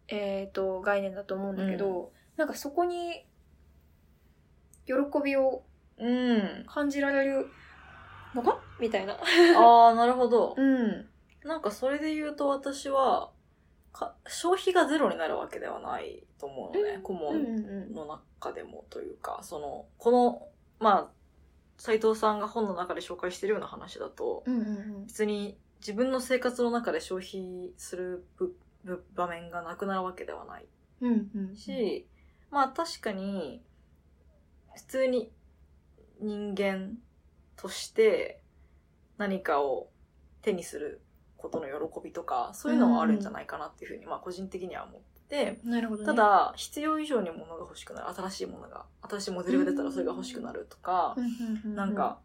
えー、と概念だと思うんだけど、なんかそこに喜びをうん感じられるのかみたいな。ああなるほどうん。なんかそれで言うと私はか消費がゼロになるわけではないと思うのね、うん顧うん問うの中でもというかそのこのまあ斎藤さんが本の中で紹介してるような話だとん。うんうん別に自分の生活の中で消費するぶぶ場面がなくなるわけではないうん。うんうん。し、まあ確かに普通に人間として何かを手にすることの喜びとかそういうのはあるんじゃないかなっていうふうに、まあ個人的には思ってなるほどてね。た、だ必要以上に物が欲しくなる新しいものが新しいモデルが出たらそれが欲しくなるとかう、んうんうん、なんか、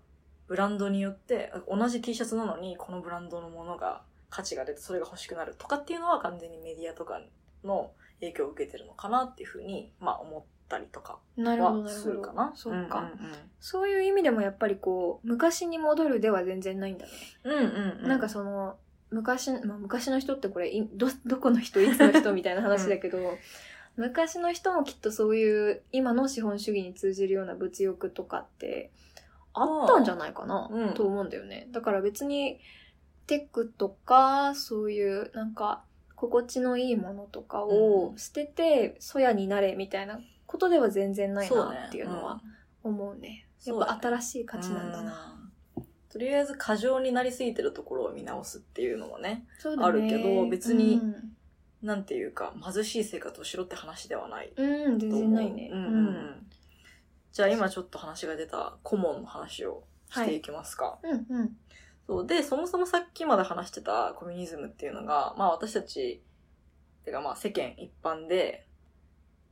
ブランドによって同じ T シャツなのにこのブランドのものが価値が出てそれが欲しくなるとかっていうのは完全にメディアとかの影響を受けてるのかなっていうふうに、まあ、思ったりとかなるほどはなるほすどるかな。そうか、うそういう意味でもやっぱりこう、昔に戻るでは全然ないんだね。んうんうん。うなんかその、昔、まあ、昔の人ってこれ、いど、どこの人、いつの人みたいな話だけど、 [laughs] 昔の人もきっとそういう、今の資本主義に通じるような物欲とかって、あったんじゃないかな、うんと思うんだよね。だから別に、テックとか、そういう、なんか、心地のいいものとかをうん捨てて、そやになれみたいなことでは全然ないそうねなっていうのは思うね。そうやだっねぱ新しい価値なんだな。な。とりあえず過剰になりすぎてるところを見直すっていうのもね、そうだね。あるけど別にうんなんていうか貧しい生活をしろって話ではないうん、全然ないね。うんうんうん、じゃあ今ちょっと話が出た顧問の話をしていきますか。うん、うん、そうで、そもそもさっきまで話してたコミュニズムっていうのが、まあ私たち、てかまあ世間一般で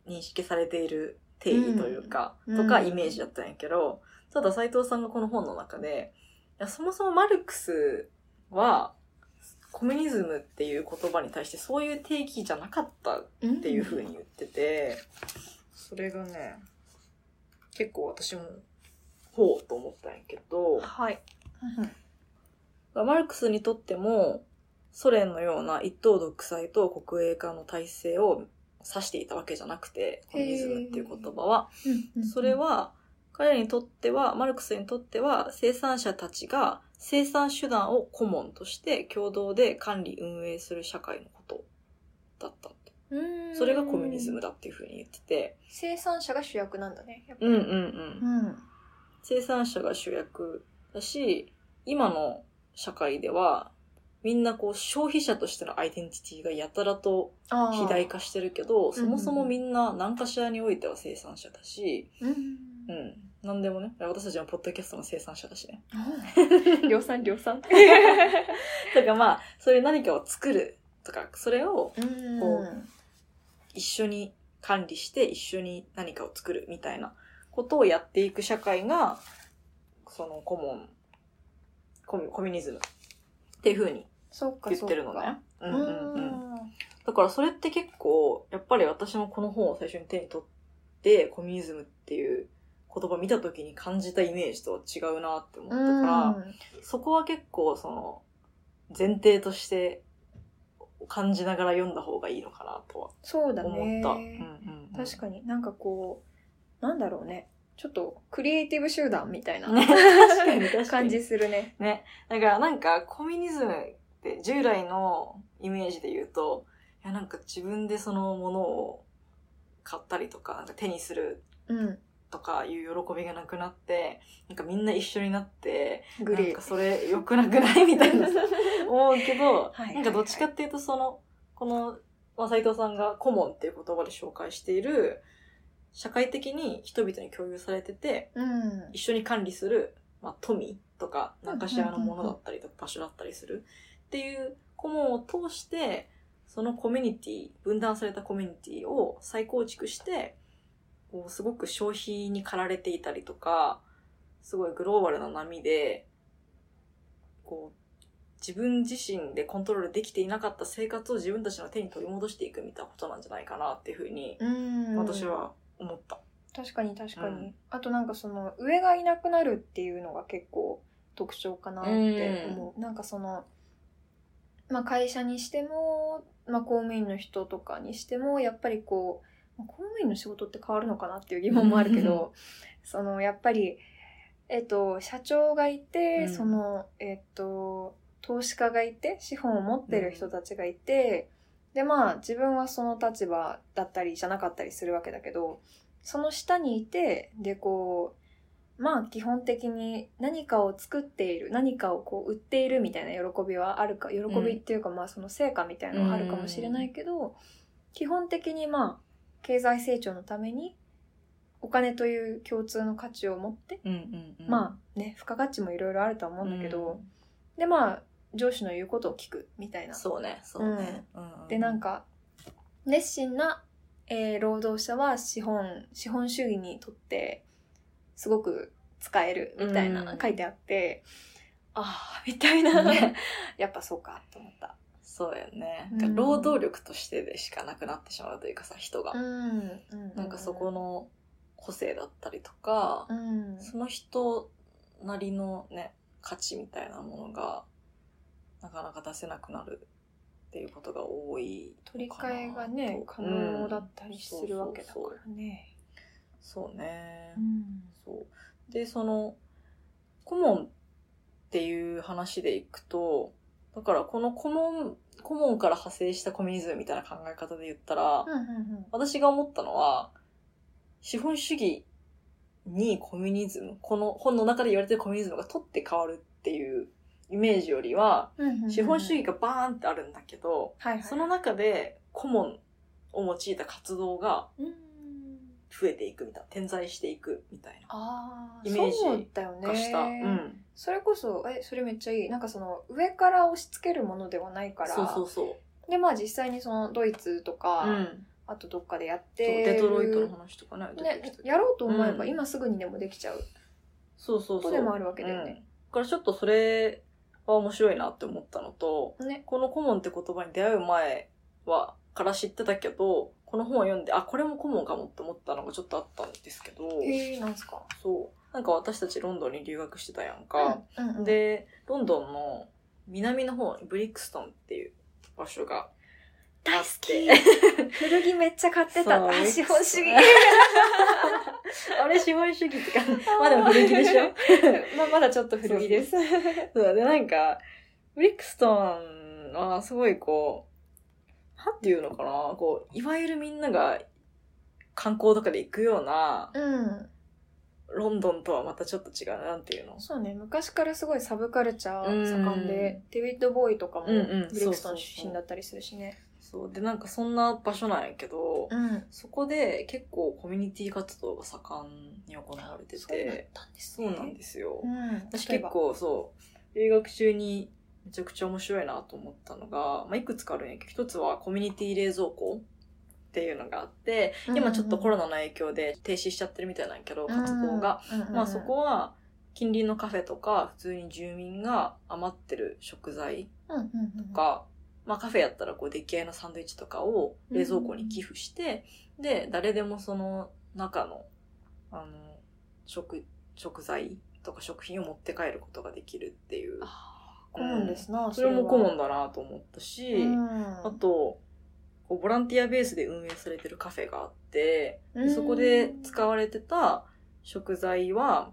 認識されている定義というか、うんとかうんイメージだったんやけど、ただ斎藤さんがこの本の中で、いやそもそもマルクスは、コミュニズムっていう言葉に対してそういう定義じゃなかったうん。っていう風に言ってて、それがね、結構私も、ほうと思ったんやけど、はい。マルクスにとっても、ソ連のような一党独裁と国営化の体制を指していたわけじゃなくて、コミュニズムっていう言葉は、それ、は、彼らにとっては、マルクスにとっては、生産者たちが生産手段を顧問として共同で管理運営する社会のことだったと。うんそれがコミュニズム。だっていうふうに言ってて、生産者が主役なんだね。やっぱうんうんうん。うん。生産者が主役だし、今の社会では、みんなこう消費者としてのアイデンティティがやたらとあー肥大。化してるけど、んそもそもみんな何かしらにおいては生産者だし、うん。うん。何でもね。私たちのポッドキャストの生産者だ [laughs] しね。量産量産。だからまあ、そういう何かを作るとか、それをうん。こ一緒に管理して一緒に何かを作るみたいなことをやっていく社会が、そのコモン、コミコミュニズムっていう風にそうか。言ってるのね。うそんうか。うんうん。だからそれって結構、やっぱり私もこの本を最初に手に取って、コミュニズムっていう言葉見た時に感じたイメージとは違うなって思ったうん。から、そこは結構その前提として感じながら読んだ方がいいのかなとはそうだ思った。ね。確に。かに [laughs] なんかこう、なんだろうね。ちょっとクリエイティブ集団みたいなね [laughs] 確かに確かに感じするね。ね。だからなんかコミュニズムって従来のイメージで言うと、いやなんか自分でそのものを買ったりとか、なんか手にするうん。とかいう喜びがなくなって、なんかみんな一緒になって、グなレんかー。それ良くなくない [laughs] みたいなさ思うけど、はいなんかどっちかっていうとその、この、まあ、斉藤さんが顧問っていう言葉で紹介している、社会的に人々に共有されてて、うん一。緒に管理する、まあ、富とか、何かしらのものだったりとか場所だったりするっていう顧問を通して、そのコミュニティ、分断されたコミュニティを再構築して、こうすごく消費に駆られていたりとか、すごいグローバルな波で、こう、自分自身でコントロールできていなかった生活を自分たちの手に取り戻していくみたいなことなんじゃないかなっていうふうに、うん。私は思った。確かに確かに、うんあとなんかその上がいなくなるっていうのが結構特徴かなって思う、なんかその、まあ、会社にしても、まあ、公務員の人とかにしてもやっぱりこうまあ公務員の仕事って変わるのかなっていう疑問もあるけど [laughs] そのやっぱり、えっと、社長がいて、うんそのえっと投資家がいて資本を持ってる人たちがいて、でまあ自分はその立場だったりじゃなかったりするわけだけどその下にいてでこうまあ基本的に何かを作っている何かをこう売っているみたいな喜びはあるか喜びっていうか、まあその成果みたいなのはあるかもしれないけど、基本的にまあ経済成長のためにお金という共通の価値を持って、うんうんうんまあね付加価値もいろいろあるとは思うんだけど、うんでまあ上司の言うことを聞くみたいなそうね、そうね。うんでなん、か熱心な、えー労働者は資本資本主義にとってすごく使えるみたいなうん書いてあって、ああみたいなね [laughs] やっぱそうかと思った。そうやね。うんなんか労働力としてでしかなくなってしまうというかさ、人が。うんなんかそこ、の個性だったりとかう、ん、その人なりのね、価値みたいなものが、なかなか出せなくなるっていうことが多いのか取りなと。替えがね可能だったりするわけだからね。そうね。うんそう。で、その、顧問っていう話でいくと、だからこの顧問、顧問から派生したコミュニズムみたいな考え方で言ったら、うんうん私が思ったのは、資本主義にコミュニズム、この本の中で言われてるコミュニズムが取って変わるっていうイメージよりは、うんうんうん資本主義がバーンってあるんだけど、はいはいその中で顧問を用いた活動がうん増えていくみたいな、点在していくみたいな、ああイメージそうだよねがした。うん。それこそえそれめっちゃいいなんかその上から押し付けるものではないからそうそうそでまあ実際にそのドイツとか、う。うん。あとどっかでやっそうてるデトロイトの話とかね。出てねきた、やろうと思えばうん今すぐにでもできちゃうそうそうことそう。でもあるわけうんだよだね。からちょっとそれは面白いなって思ったのと、ねこの顧問って言葉に出会う前は、から知ってたけど、この本を読んで、あ、これも顧問かもって思ったのがちょっとあったんですけど、えー、なんすかそう。なんか私たちロンドンに留学してたやんか。、うんうんうん、で、ロンドンの南の方にブリックストンっていう場所が大好あきっ [laughs] 古着めっちゃ買ってたそうあ資本主義 [laughs] あれ資本主 [laughs] 義ってか、まだ古着でしょまあまだちょっと古着ですそうだね、なんか、ブリックストンはすごいこう、なんていうのかな、こう、いわゆるみんなが観光とかで行くような、うんロンドンとはまたちょっと違う、なんていうの。そうね昔からすごいサブカルチャうんー盛んで、デビッド・ボーイとかもうブんリうんックストそうそうそうン出身だったりするしね、そう、で、なんかそんな場所なんやけど、うんそこで結構コミュニティ活動が盛んに行われてて、たんですそうなんですよ。私例え結ば構そう、留学中にめちゃくちゃ面白いなと思ったのが、まあ、いくつかあるんやけど、一つはコミュニティ冷蔵庫っていうのがあって、今ちょっとコロナの影響で停止しちゃってるみたいなんやけど、活動が。、うんうんうんまあそこは、近隣のカフェとか、普通に住民が余ってる食材うんうんうんとか、まあカフェやったらこう出来合いのサンドイッチとかを冷蔵庫に寄付して、で、誰でもその中の、あの、食、食材とか食品を持って帰ることができるっていう。あー顧問ですな、それも顧問だだなと思ったし、うんあと、こうボランティアベースで運営されてるカフェがあって、でそこで使われてた食材は、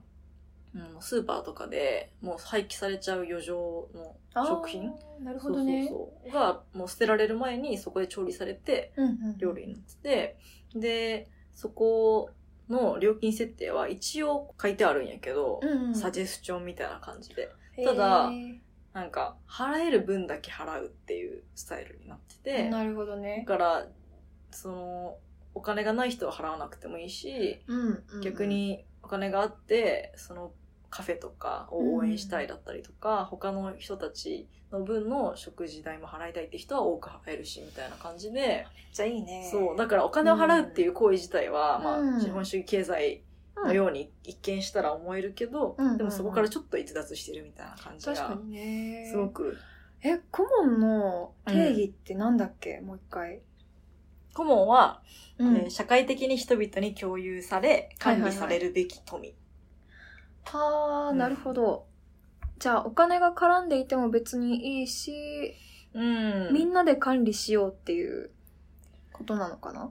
うん、スーパーとかでもう廃棄されちゃう余剰の食品あーなるほどねそうそうそうがもう捨てられる前にそこで調理されてうんうん料理になっててでそこの料金設定は一応書いてあるんやけど、うんうんサジェスチョンみたいな感じで、へーただなんか、払える分だけ払うっていうスタイルになってて、なるほどだね。から、その、お金がない人は払わなくてもいいし、うんうん逆、にお金があってそのカフェとかを応援したいだったりとか、他の人たちの分の食事代も払いたいって人は多く払えるしみたいな感じで、めっちゃいいね。そうだからお金を払うっていう行為自体は、うんまうあ、ん資本主義経済のように一見したら思えるけど、うんでもそこからちょっと逸脱してるみたいな感じ確かがにね。すごく、え、顧問の定義ってなんだっけ、もう一回。コモンは、うんえー社会的に人々に共有され管理されるべき富、はあ、うんなるほど。じゃあ、お金が絡んでいても別にいいし、うんみんなで管理しようっていうことなのかな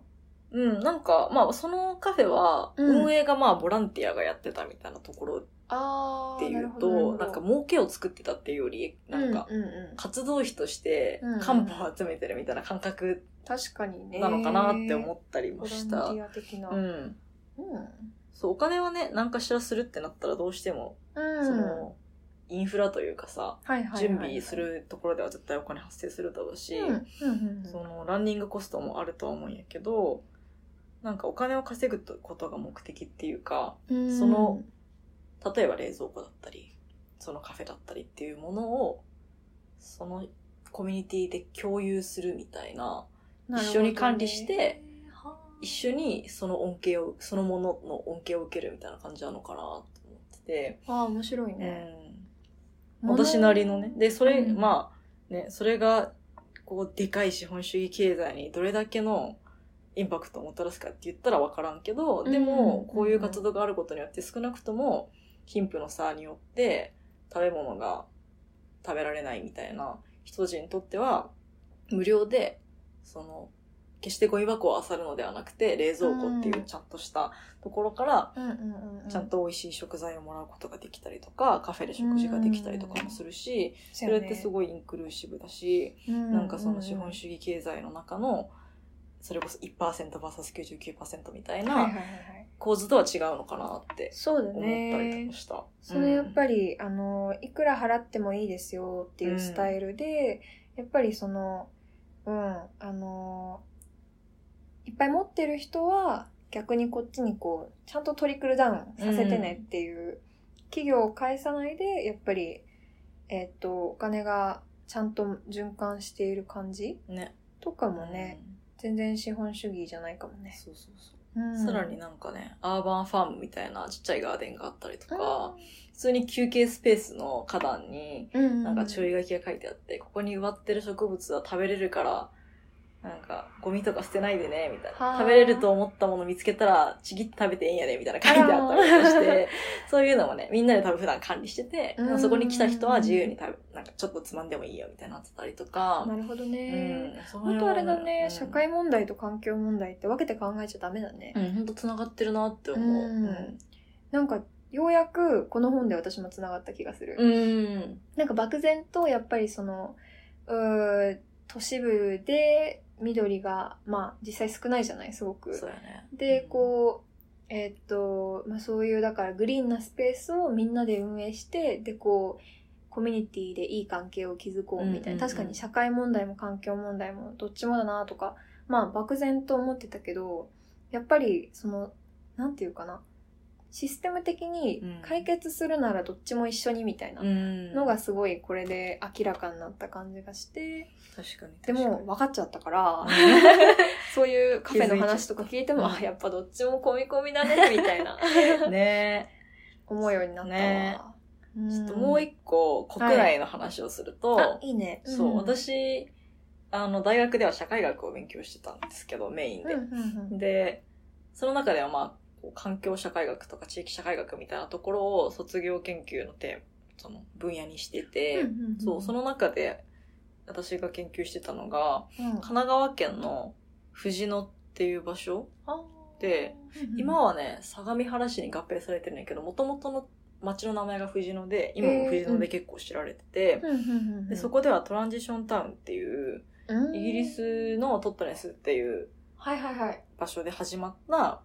うん、なんか、まあ、そのカフェは、うん運営がまあ、ボランティアがやってたみたいなところあっていうと、なんか儲けを作ってたっていうより、なんか、うんうんうん、活動費としてうん、カンパを集めてるみたいな感覚確かにね。なのかなって思ったりもボラしンた。ティア的な。ううんん。そう、お金はね、何かしらするってなったらどうしても、うんその、インフラというかさ、はいはいはい準備するところでは絶対お金発生するだろうし、うんうんうんうんそのランニングコストもあるとは思うんやけどなんかお金を稼ぐことが目的っていうかうんその例えば冷蔵庫だったりそのカフェだったりっていうものをそのコミュニティで共有するみたいななるほどね一緒に管理してはあ一緒にその恩恵をそのものの恩恵を受けるみたいな感じなのかなと思ってああ面白いて、ね、うん、私なりのねでそれ、うんまあねそれがこうでかい資本主義経済にどれだけのインパクトをもたらすかって言ったら分からんけどでうんもこういう活動があることによって少なくとも貧富の差によって食べ物が食べられないみたいな人たちにとっては無料でその決してゴミ箱を漁るのではなくて冷蔵庫っていうちゃんとしたところからうんうんうんうん、ちゃんと美味しい食材をもらうことができたりとかカフェで食事ができたりとかもするしそれってすごいインクルーシブだしなんかその資本主義経済の中のそれこそ 1%vs99% みたい義はいはいはいなはい、構図とは違うのかなってそうだ思ったりとねかした。それやっぱりり、あのいくら払ってもいいですよっていうスタイルで、やっぱりそのうんあのいっぱい持ってる人は逆にこっちにこうちゃんとトリクルダウンさせてねっていう、企業を介さないでやっぱりえっ、とお金がちゃんと循環している感じね。とかもね、全然資本主義じゃないかもうんね。そうそうそう。うんさらになんかね、アーバンファームみたいなちっちゃいガーデンがあったりとか、う普通に休憩スペースの花壇に、んうん、なんか注意意書きが書いてあって、ここに植わってる植物は食べれるから、なんか、ゴミとか捨てないでね、みたいはあな。食べれると思ったもの見つけたら、ちぎって食べていいんやで、みたいな書いてあったりとかして、そういうのもね、みんなで多分普段管理してて、うんそこに来た人は自由に食べ、なんかちょっとつまんでもいいよ、みたいになってたりとか。なるほどうね。ん。その本辺当あはれだね、うん社会問題と環境問題って分けて考えちゃダメだね。うん、本当繋がってるなって思う。うんなんかようやくこの本で私もつながった気がする。うん。なんか漠然とやっぱりそのうー都市部で緑がまあ実際少ないじゃないすごく。そうやね。でこうえーっと、まあ、そういうだからグリーンなスペースをみんなで運営してでこうコミュニティでいい関係を築こうみたいな、うんうんうん確かに社会問題も環境問題もどっちもだなとかまあ漠然と思ってたけどやっぱりそのなんていうかなシステム的にうん解決するならどっちも一緒にみたいなうん。のがすごいこれで明らかになった感じがして確かでに。も分かっちゃったから。 [laughs] うんそういうカフェの話とか聞いても、気づいちゃったあ、やっぱどっちも込み込みだ [laughs] ね、みたいなね思うようになったわ。ねんちょっともう一個国内の話をすると、あ、いいね。そう、ん、私、あの、大学では社会学を勉強してたんですけど、メインうんうで。んうん、で、その中ではまあ、こう環境社会学とか地域社会学みたいなところを卒業研究のテーマ、その分野にしてて、うんうんうんそう、そ、の中で私が研究してたのが、うん神奈川県の藤野っていう場所、あで、うんうん今はね、相模原市に合併されてるんだけど、もともとの町の名前が藤野で、今も藤野で結構知られてて、うんうんうんうんでそこではトランジションタウンっていううんイギリスのトットネスっていうはいはいはい。場所で始まった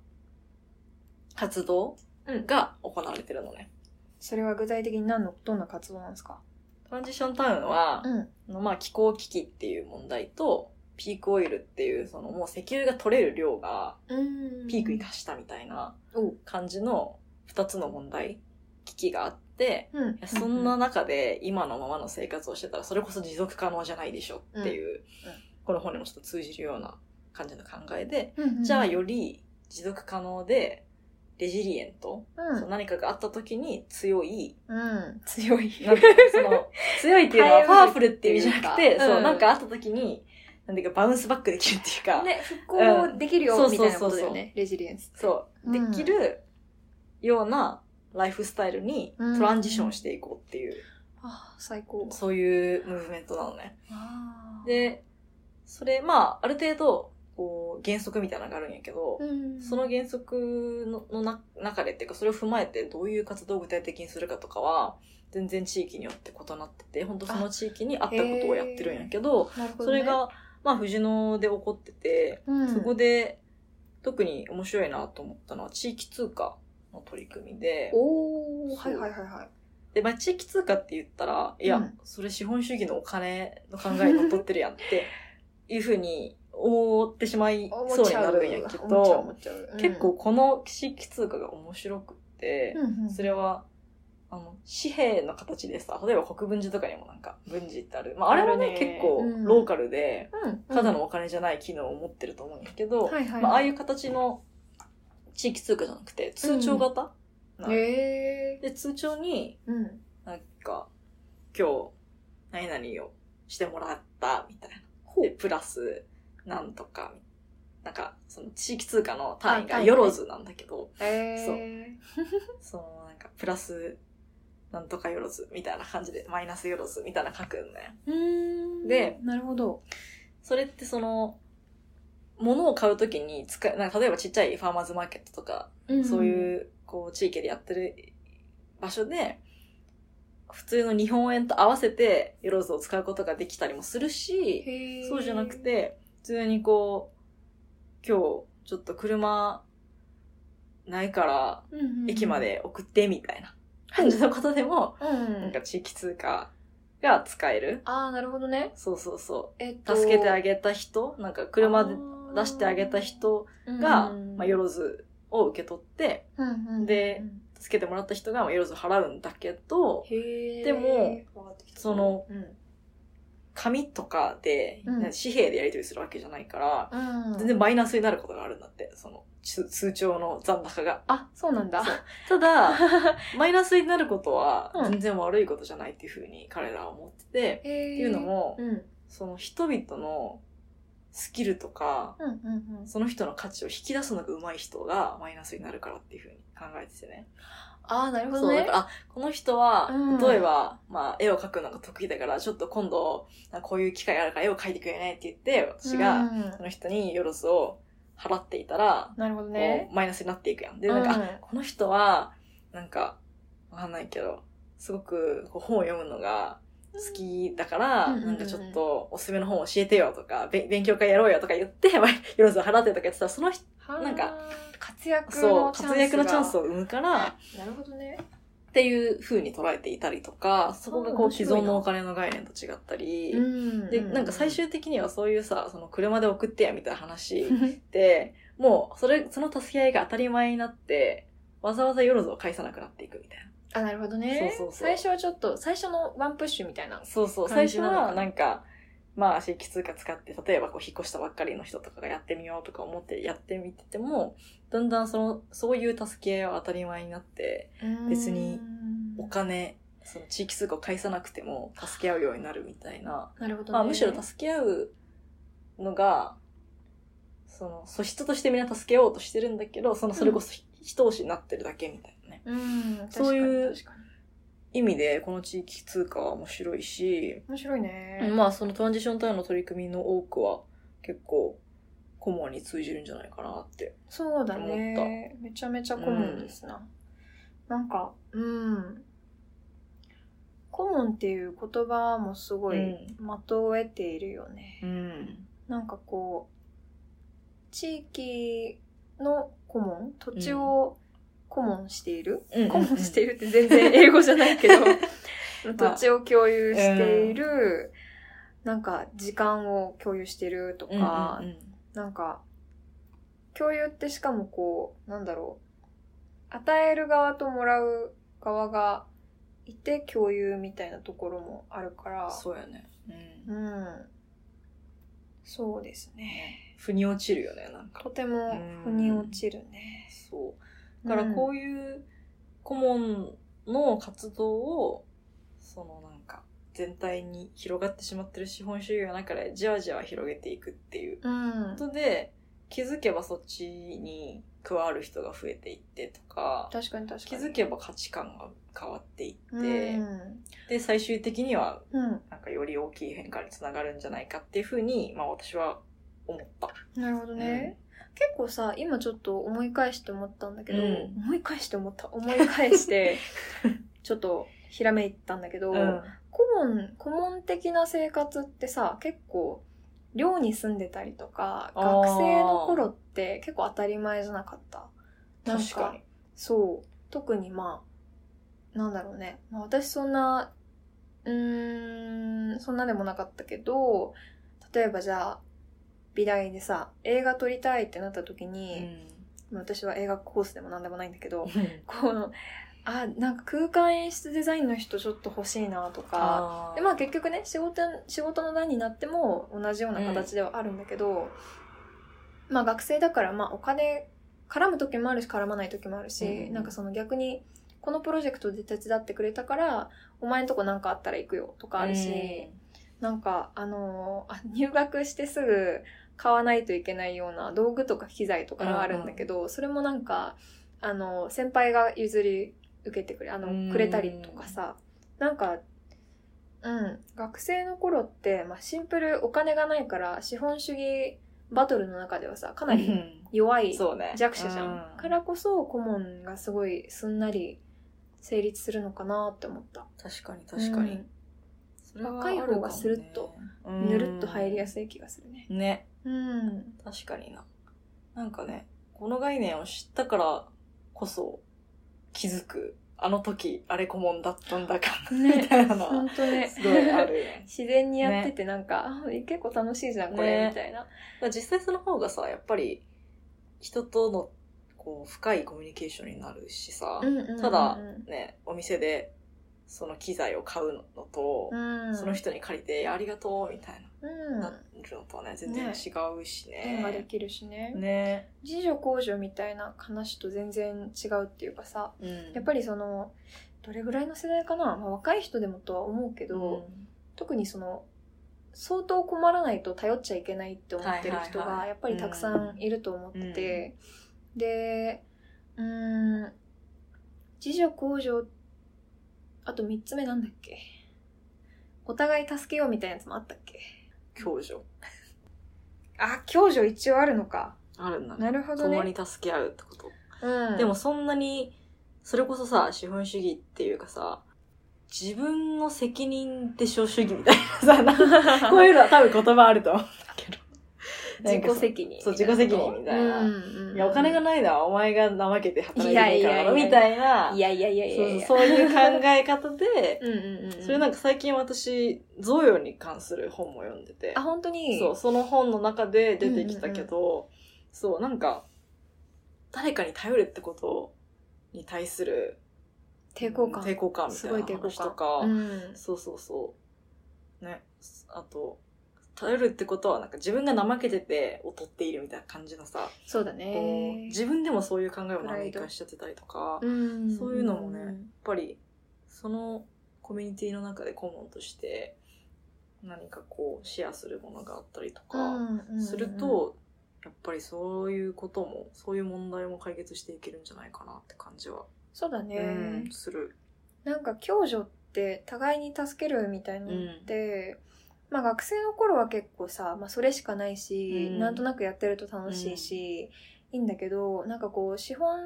活動うんが行われてるのね。それは具体的に何の、どんな活動なんですかトランジションタウンは、ん。あのまあ、気候危機っていう問題と、ピークオイルっていう、そのもう石油が取れる量がうん。ピークに達したみたいなお感じの2つの問題、危機があって、うんいやそんな、中で今のままの生活をしてたらそれこそ持続可能じゃないでしょっていう、この本にもちょっと通じるような感じの考えで、うんうんじゃあ、より持続可能でレジリエント、うそのん。何かがあった時に強 [laughs] い、うん。強い。なんていうのその強いっていうの [laughs] はパワフルっていう意味じゃなくて、うんそう、なんかあった時に、なんていうかバウンスバックできるっていうか、ね、復興できるうよ、んみたいなことだそうそうよそうね。レジリエンス。そう、でうんきるようなライフスタイルにうんトランジションしていこうっていう、ああ、最高。そういうムーブメントなのね。あー、で、それ、まあ、ある程度、こう、原則みたいなのがあるんやけど、うんその、原則ののな中でっていうか、それを踏まえてどういう活動を具体的にするかとかは、全然地域によって異なってて、本当その地域に合ったことをやってるんやけど、なるほどねそれ、が、まあ、藤野で起こってて、うんそこで、特に面白いなと思ったのは、地域通貨の取り組みで、おー、はそういはいはいはい。で、まあ、地域通貨って言ったら、いや、うんそれ資本主義のお金の考えにのっとってるや [laughs] んって、いうふうに思ってしまいそうになるんやけ思っちゃうど、思っちゃう思っちゃう結構、この地域通貨が面白くって、うんうんそれは、あの、紙幣の形でさ、例えば国分寺とかにもなんか、文寺ってある。まあ、あれはね、あるね結構うんローカルで、うんただのお金じゃない機能を持ってると思うんだけど、はいはい。まあ、ああいう形の地域通貨じゃなくて、通帳型、なへえ。で、通帳に、うん。なんか、今日、何々をしてもらった、みたいな。で、プラス、なんとか、なんか、その地域通貨のあ単位が単位ねよろずなんだけど、へその、なんか、プラス、なんとかよろず、みたいな感じで、マイナスよろず、みたいな書くんね。え。うんで、なるほど。それってその、物を買うときに使う、なんか例えばちっちゃいファーマーズマーケットとか、そうういう、こう、地域でやってる場所で、普通の日本円と合わせて、よろずを使うことができたりもするん。し、へーそうじゃなく、て、普通にこう、今日、ちょっと車、ないから、うんうんうん駅ま。で送って、みたいな感じのことでも、うんうなんんか。地域通貨が使える。ああ、なるほどね。そうそうそえっう。と、助けてあげた人、なんか車であー出してあげた人が、うんまあ、よろずを受け取って、うんうんうんうんで、助けてもらった人がまあいろいろ払うんだけど、へえ。でも、その、うん。紙とかで、うん紙幣でやり取りするわけじゃないから、うん全然、マイナスになることがあるんだって、その、通通帳の残 [laughs] 高が。あ、そうなんだ。ただ、マイナスになることはうん全然悪いことじゃないっていうふうに彼らは思ってて、へえ。っていうの、も、うん。うんその人々のスキルとか、うんうん。その人の価値を引き出すのが上手い人がマイナスになるからっていうふうに考えててね。ああ、なるほそどう、だねか。ら、あ、この人はうん、例えば、まあ、絵を描くのが得意だから、ちょっと今度、なんかこういう機会があるから絵を描いてくれないって言って、う私んが、その人によろずを払っていたら、なるほどこね。うマイナスになっていくやん。で、なんか、うんあこの人は、なんか、わかんないけど、すごくこう本を読むのが好きだから、うんなんかちょっとおすすめの本教えてよとか、べ勉強会やろうよとか言って、 [laughs] まあよろずを払ってとか言ってたら、その人、なんか、活躍そのう、チャンスが。活躍のチャンスを生むから、なるほどね。っていう風に捉えていたりとか、そこがこあうー既存のお金の概念と違ったり、んで、なんか最終的にはそういうさ、その車で送ってやみたいな話で、もうそれ、その助け合いが当たり前になって、わざわざ夜ぞを返さなくなっていくみたい [laughs] あ、なるほどね。そうそうそう最初はちょっと、最初のワンプッシュみたいなな。。そうそう、最感じな初のかなはなんか、まあ、地域通貨使って、例えばこう引っ越したばっかりの人とかがやってみようとか思ってやってみてても、だんだんその、そういう助け合いは当たり前になって、別にお金、その地域通貨を返さなくても助け合うようになるみたいな。なるほどね。まあ、むしろ助け合うのが、その素質としてみんな助けようとしてるんだけど、そのそれこそ人押しになってるだけみたいなね。うん、確かにそういう確かに意味で、この地域通貨は面白いし、面白いね。まあそのトランジションタウンの取り組みの多くは結構、コモンに通じるんじゃないかなって。そうだ思ね。めちゃめちゃ顧問ですな。なんか、うん。顧問っていう言葉もすごい的を得ているよね。うん。なんかこう、地域の顧問、土地を顧問している、うんうんうん顧問しているって全然英語じゃないけど、 [laughs] 土地を共有している、なんか時間を共有しているとか、うんうんうんなんか、共有ってしかもこう、なんだろう、与える側ともらう側がいて共有みたいなところもあるから、そうやね。うん。うん。そうですね。腑に落ちるよね、なんか。とても腑に落ちるね。そう。だからこいういう顧問の活動を、そのなんか、全体に広がってしまってる資本主義の中で、じわじわ広げていくっていううん、ことで、気づけばそっちに加わる人が増えていってとか、確かに確気かに。づけば価値観が変わっていって、うんで、最終的には、うん、なんかより大きい変化につながるんじゃないかっていうふうに、まあ私は思った。なるほどね、結構さ今ちょっと思い返して思ったんだけど、うん思い返して思った思い返して [laughs] ちょっとひらめいたんだけど、うん。顧問顧問的な生活ってさ結構寮に住んでたりとかあー学生の頃って結構当たり前じゃなかったなん確かに。そう特にまあなんだろうね、まあ、私そんなうーんそんなでもなかったけど例えばじゃあ美大でさ映画撮りたいってなった時に、まあ私は映画コースでも何でもないんだけどうんこのあなんか空間演出デザインの人ちょっと欲しいなとかあーでまあ結局ね仕事仕事の段になっても同じような形ではあるんだけど、まあ学生だからまあお金絡む時もあるし絡まない時もあるし、うんなんかその逆にこのプロジェクトで手伝ってくれたからお前んとこなんかあったら行くよとかあるし、なんかあのーあ入学してすぐ買わないといけないような道具とか機材とかがあるんだけど、それもなんかあの先輩が譲り受けてくれあうんのくれたりとかさなんかうん学生の頃って、まあ、シンプルお金がないから資本主義バトルの中ではさかなうりん弱いそうね。弱者じゃん、うからこそ顧問がすごいすんなり成立するのかなって思った確かに確かに。うん若い方がスルッとぬるっと入りやすい気がするねい。ね。うん確かにな。なんかね、この概念を知ったからこそ気づく、あの時、あれ顧問だったんだか、ねみたいなのは本当ね。すごいあるよね。自然にやっててなんか、あ結構楽しいじゃん、これ、ねみたいな。だから実際その方がさやっぱり人とのこう深いコミュニケーションになるしさ、うんうんうんうんただねお店でその機材を買うのと、うん。その人に借りて「ありがとう」みたいうん。な、なるのとはね全然違うし縁がでね。きるしね。ね自助公助みたいな話と全然違うっていうかさ、うん、やっぱりその、どれぐらいの世代かな、まあ、若い人でもとは思うけりど、特にその、相当困らないと頼っちゃいけないって思ってる人はいはいはがいやっぱりたくさんいると思ってて、で、うーん、自助公助、あと3つ目なんだっけお互い助けようみたいなやつもあったっけ共助あ、共助一応あるのか。あるんだね。なるほど共ね。に助け合うってこと。うん、 [laughs] でも、そんなにそれこそさ資本主義っていうかさ自分の責任で小主義みたいなさなん [laughs] かこういうのは多分言葉あると思うんだけど。自己責任。そう自己責任みたいなうんうん [laughs] いや、お金がないのはお前が怠けて働いてるからだろいやいやいやみたいな。いやいやいやいやいや。そうそうそういう考え方で、うんうんうん。それなんか最近私、贈与に関する本も読んでてあ、、本当に。そう、その本の中で出てきたけど、そう、なんか、誰かに頼るってことに対する抵抗感。抵抗感みたすいなごい抵抗話と感。か、うんそうそうそう。ね。あと、頼るってことはなんか自分が怠けてて劣っているみたいな感じのさ、そうだこうね。自分でもそういう考えをプライ何ド回かしちゃってたりとか、やっうんそういうのもねぱりそのコミュニティの中で顧問として何かこうシェアするものがあったりとかすると、、やっぱりそういうこともそういう問題も解決していけるんじゃないかなって感じは、そうだね、うんする。なんか共助って互いに助けるみたいなのって、まあ学生の頃は結構さ、まあ、それしかないし、うんなんとなくやってると楽しいし、いいんだけどなんかこう資本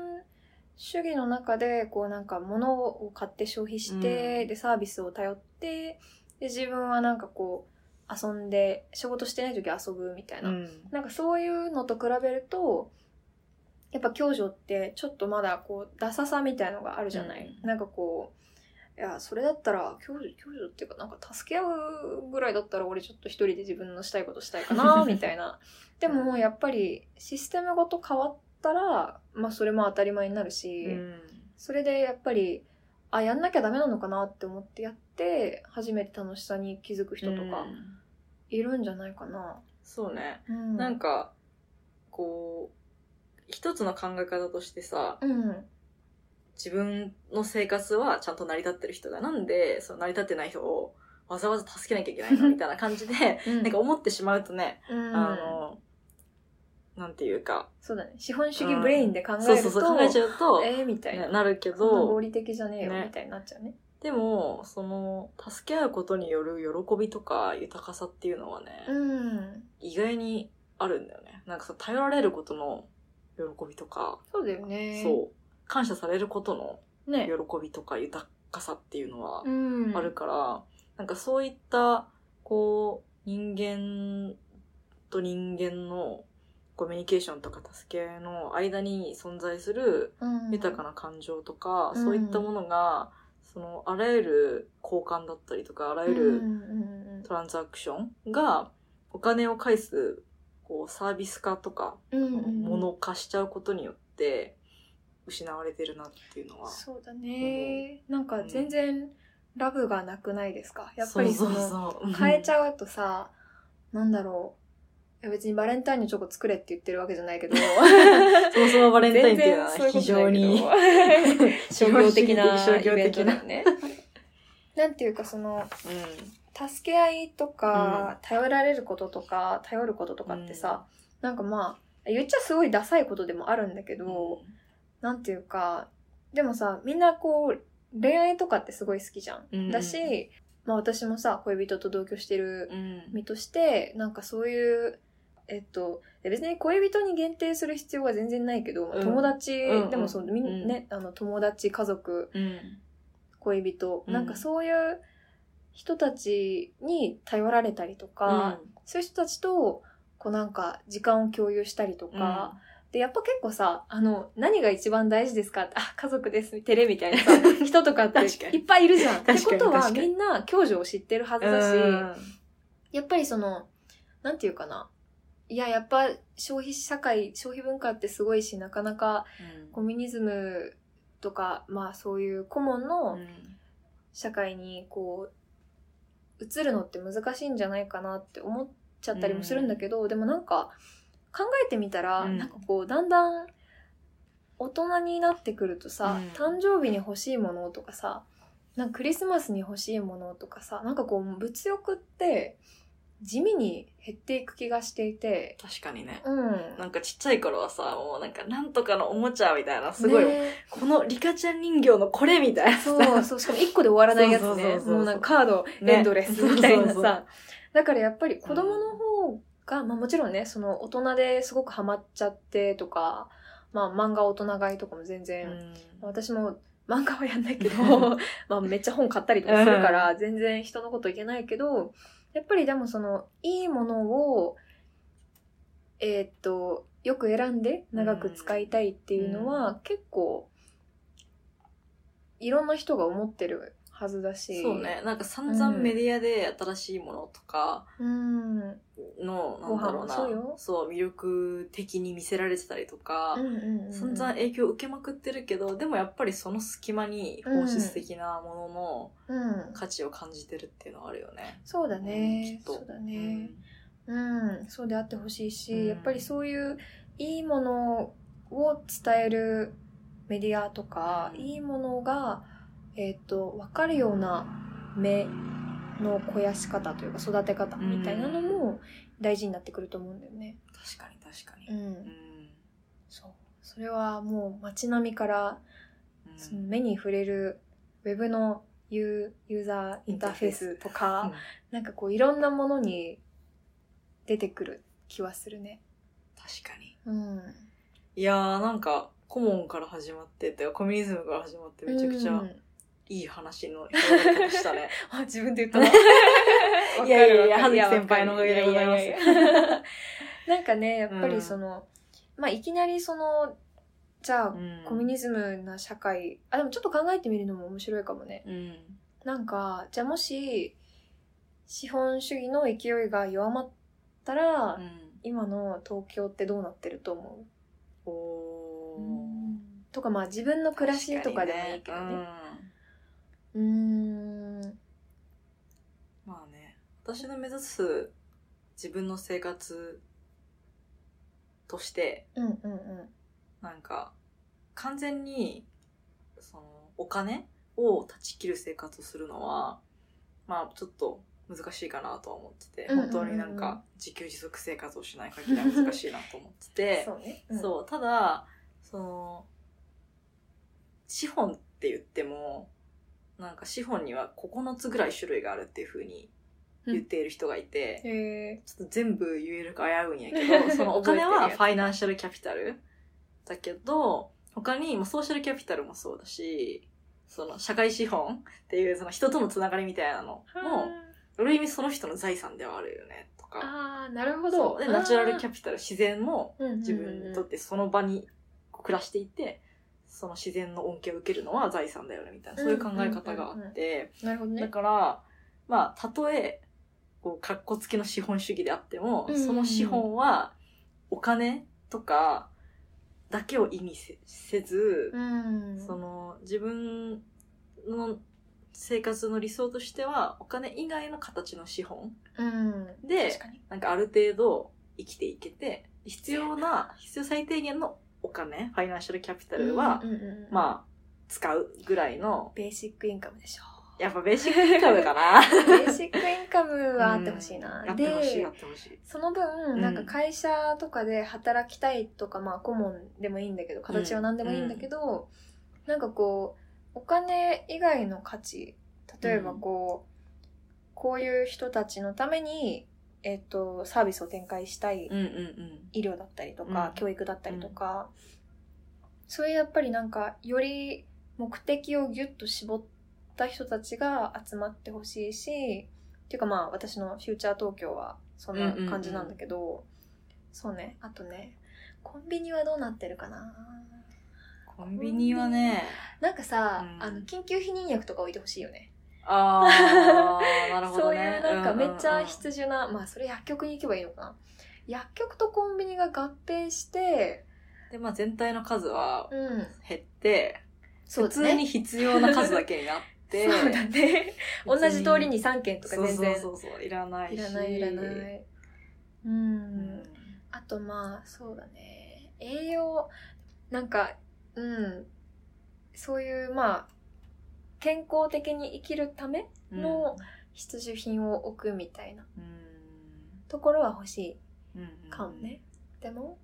主義の中でこうなんか物を買って消費して、うんでサービスを頼ってで自分はなんかこう遊んで仕事してない時遊ぶみたいなうんなんかそういうのと比べると、やっぱ共助ってちょっとまだこうダサさみたいのがあるじゃない、うんなんかこういやそれだったら共助共助っていうかなんか助け合うぐらいだったら俺ちょっと一人で自分のしたいことしたいか [laughs] なみたいなでもやっぱりシステムごと変わったらまあそれも当たり前になるし、それでやっぱりあやんなきゃダメなのかなって思ってやって初めて楽しさに気づく人とかうんいるんじゃないかな、そうね、うんなんかこう一つの考え方としてさうん自分の生活はちゃんと成り立ってる人だなんでその成り立ってない人をわざわざ助けなきゃいけないのみたいな感じで [laughs] なんか思ってしまうとね、うんあのなんていうかそうだね。資本主義ブレインで考えると、そうそうそう考えちゃうと、えーみたいな。ねなるけそんなど合理的じゃねえよ、ねみたいになっちゃうね。でもその助け合うことによる喜びとか豊かさっていうのはね、うん。意外にあるんだよねなんかさ頼られることの喜びとか、そうだよね。そう感謝されることのう。ね喜。びとか豊かさっていうのはうん。あるから、なんかそういったこう人間と人間のコミュニケーションとか助け合いの間に存在するうん。豊かな感情とか、うんそういったものがそのあらゆる交換だったりとかあらゆうんるうんトランザクションがお金を返すこうサービス化とかうん。うんうん物化しちゃうことによって失われてるなっていうのは。そうだね。なんか全然ラブがなくないですか。やっぱりそそうの、そうそう変えちうゃうとさ、なんだろう。いや別にバレンタインのチョコ作れって言ってるわけじゃないけど。ん。そもそも [laughs] バレンタインってい全うのは然そう非いうこと常ないけどに商業的な商業イベン的トなだよね。なんていうかその、う助け合いとか、頼られることとか頼ることとかってさ、なんかまあ言っちゃすごいダサいことでもあるんだけど、ん。なんていうかでもさみんなこう恋愛とかってすごい好きじゃん。うんだし、まあ、私もさ恋人と同居してるうん。身としてなんかそういう。えっと、別に恋人に限定する必要は全然ないけど、うん友達、うんうんでもそのみん、うんね、あの友達家族、うん。恋人、うんなんかそういう人たちに頼られたりとか、そういう人たちとこうなんか時間を共有したりとうんか、でやっぱ結構さあの何が一番大事ですかってあ家族ですテレみたいな [laughs] さ人とかって確かにいっぱいいるじゃん。って確かこにとは確かみにんな共助を知ってるはずだし、うんやっぱりそのなんていうかないややっぱ消費社会消費文化ってすごいしなかなかコミュニズムとかまあそういう顧問の、うん社会にこう移るのって難しいんじゃないかなって思っちゃったりもするんだけど、でもなんか考えてみたら、うんなんかこうだんだん大人になってくるとさ、うん誕生日に欲しいものとかさなんかクリスマスに欲しいものとかさなんかこう物欲って地味に減っていく気がしていて確かにね。うんなんかちっちゃい頃はさ、もうなんかなんとかのおもちゃみたいな、すごい、ねこのリカちゃん人形のこれみたいなさ。そう、そう、しかも1個で終わらないやつそうそうねそう。そうもうなんかカード、ねエンドレスみたいなそうそうそさ。だからやっぱり子供の方が、まあもちろんね、その大人ですごくハマっちゃってとか、まあ漫画大人買いとかも全う然、ん私も漫画はやんないけど、 [laughs] まあめっちゃ本買ったりとかするから、全然人のこと言えないけど、やっぱりでもその、いいものを、えーっと、よく選んで長く使いたいっていうのは、結構、いろんな人が思ってるはずだし。そう。ね。なんか散々メディアで新しいものとかうん。うんの、なんだろうな。ご飯もそうよそう魅力的に見せられてたりとか、うんうん。散々影響を受けまくってるけど、でもやっぱりその隙間に本質的なもののうん。価値を感じてるっていうのはあるよね。そうだうんねき。っとそうだね。うん、そうであってほしいし、うんやっぱりそういういいものを伝えるメディアとか、うんいいものが、えっと分かるような目の肥やし方というか育て方みたいなのも大事になってくると思うんだよね。確かに確かうに。ん、うんそうそれはもう街並みからうんその目に触れるウェブのユーユーザーインターフェースとか、うんなんかこういろんなものに出てくる気はするね。確かに。うんいやーなんか、コモンから始まってって、コミュニズムから始まってめちゃくちうゃんいい話の広がり方し [laughs] たね。あ、自分で言ったないやいやいやわかるわかる葉月先輩のおかげでございま [laughs] すやややなんかね、やっぱりその、まあ、いきなりその、ちゃうんコミュニズムな社会あでもちょっと考えてみるのも面白いかもねうんなんかじゃあもし資本主義の勢いが弱まったら、うん今の東京ってどうなってると思おう、おとかまあ自分の暮らしとかでもいいけどねうーんまあね私の目指す自分の生活としてうんうんうんなんか完全にそのお金を断ち切る生活をするのはまあちょっと難しいかなとは思っててうんうんうん本当になんか自給自足生活をしない限りは難しいなと思っ [laughs] ててそうね、うそう、ただ、その、資本って言っても、なんか資本には9つぐらい種類があるっていう風に言っている人がいて、んへちょっと全部言えるか危ういんや [laughs] けど、そのお覚えて金るはやつファイナンシャルキャピタルだけど、他に、まあ、ソーシャルキャピタルもそうだし、その社会資本っていうその人とのつながりみたいなのもー、ある意味その人の財産ではあるよね、とか。ああなるほそどう。で、ナチュラルキャャピタル、自然もプ自分にとってその場に暮らしていてその自然の恩恵を受けるのは財産だよねみたいなそういう考え方があってなるほどだねからまあたとえこうかっこつきの資本主義であってもうんうんうんその資本はお金とかだけを意味せせずうんその自分の生活の理想としてはお金以外の形の資本うんで確かになんかある程度生きていけて、必要な、必要最低限のお金、ファイナンシャルキャピタルは、うんうんうんうんまあ、使うぐらいの、ベーシックインカムでしょ [laughs] やっぱベーシックインカムかな。ベーシックインカムはあってほしいな、うんやってほしい、やでってほしい。そのうん分なんか会社とかで働きたいとか、まあ顧問でもいいんだけど形は何でもいいんだけど、なんかこうお金以外の価値例えばこう、こういう人たちのために、えっとサービスを展開したいうんうんうん。医療だったりとか、うん教育だったりとか、そういうやっぱりなんかより目的をギュッと絞った人たちが集まってほしいしっていうかまあ私の「フューチャー東京」はそんな感じなんだけど、そうねあとねコンビニはどうなってるかなコンビニはね、なんかさ、うんあの緊急避妊薬とか置いてほしいよねあー、なるほそどういねう。なんかううめうっちゃ必需な、まあそれ薬局に行けばいいのかな薬局とコンビニが合併して、で、まあ全体の数はうん、減って、そう普ですね通に必要な数だけになっ [laughs] て、そう [laughs] だね。同じ通りに3件とか全然。そうそうそうそう、いらないし。いらないいらない。ううんん。。あとまあ、そうだね。栄養、なんか、うん。そういう、まあ、健康的に生きるための必需品を置くみたいなうん、ところは欲しうんうんいかもね。でも、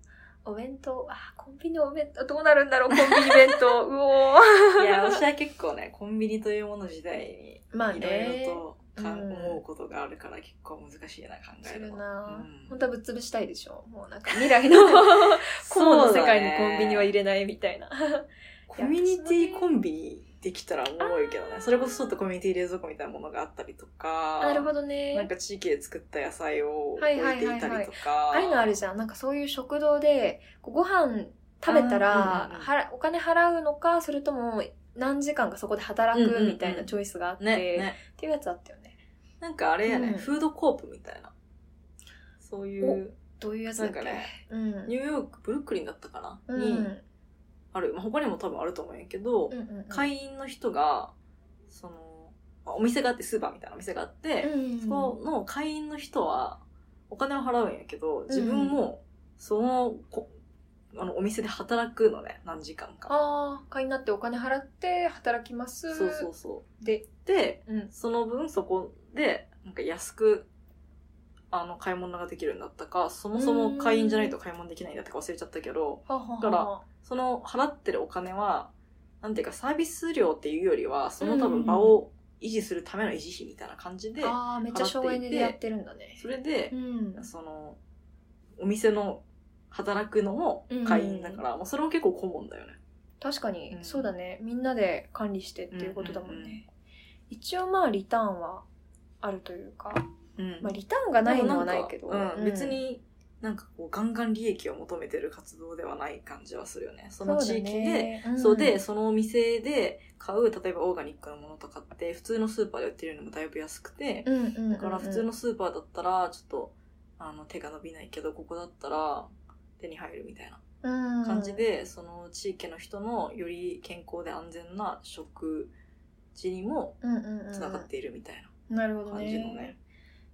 お弁当、あ、コンビニお弁当、どうなるんだろう、コンビニ弁当。うおいや、私は結構ね、コンビニというもの自体に、いー。まあろ [laughs] いね。ろとか、うん思うことがあるから結構難しいな、考すえるるの。な、うん本当はぶっ潰したいでしょもうなんか未来 [laughs] の雲の世界にコンビニは入れれないみたいなコミュニティコンビニできたらおもろいけどあね。ーそれこそちょっとコミュニティ冷蔵庫みたいなものがあったりとか、なるほどど。なんねか地域で作った野菜を置いはいはいてはいはいいたりとか。ああいうのあるじゃんなんかそういう食堂でこうご飯食べたら、あーうんうんうんはらお金払うのかそれとも何時間かそこで働うんうくんうんみたいなチョイスがあって、ね、ね。っていうやつあったよねなんかあれやね、うんフードコープみたいな。そういう、どういうやつだっけなんかねうん、ニューヨーク、ブルックリンだったかな、うんにある。まあ、他にも多分あると思うんやけど、うんうんうん会員の人が、その、まあお店があって、スーパーみたいなお店があって、うんそこの会員の人は、お金を払うんやけど、自分も、その、こあの、お店で働くのね、何時間か。ああ会員になってお金払って働きますそうそうそう。でで、うんその分そこで、なんか安く、あの、買い物ができるんだったか、そもそも会員じゃないと買い物できないんだったか忘れちゃったけど、はははだからその払ってるお金は、なんていうかサービス料っていうよりは、その多分場を維持するための維持費みたいな感じで、ああめっちゃ省エネでやってるんだねそれでう、んその、お店の働くのも会員だから、もうそれも結構顧問だよね。確かに、うんそうだねみんなで管理してっていうことだもんね、うんうんうん一応まあリターンはあるというか、うんまあ、リターンがないのはないけど、うん別になんかこうガンガン利益を求めてる活動ではない感じはするよね。そその地域で、そう,、で、そのお店で買う、例えばオーガニックのものとかって、普通のスーパーで売ってるのもだいぶ安くて、うんうんうんうんだから普通のスーパーだったら、ちょっと、あの、手が伸びないけど、ここだったら、手に入るみたいな感じ、で、その地域の人のより健康で安全な食事にもうんうんうんうんつながっているみたいなるほなど感ねじのね、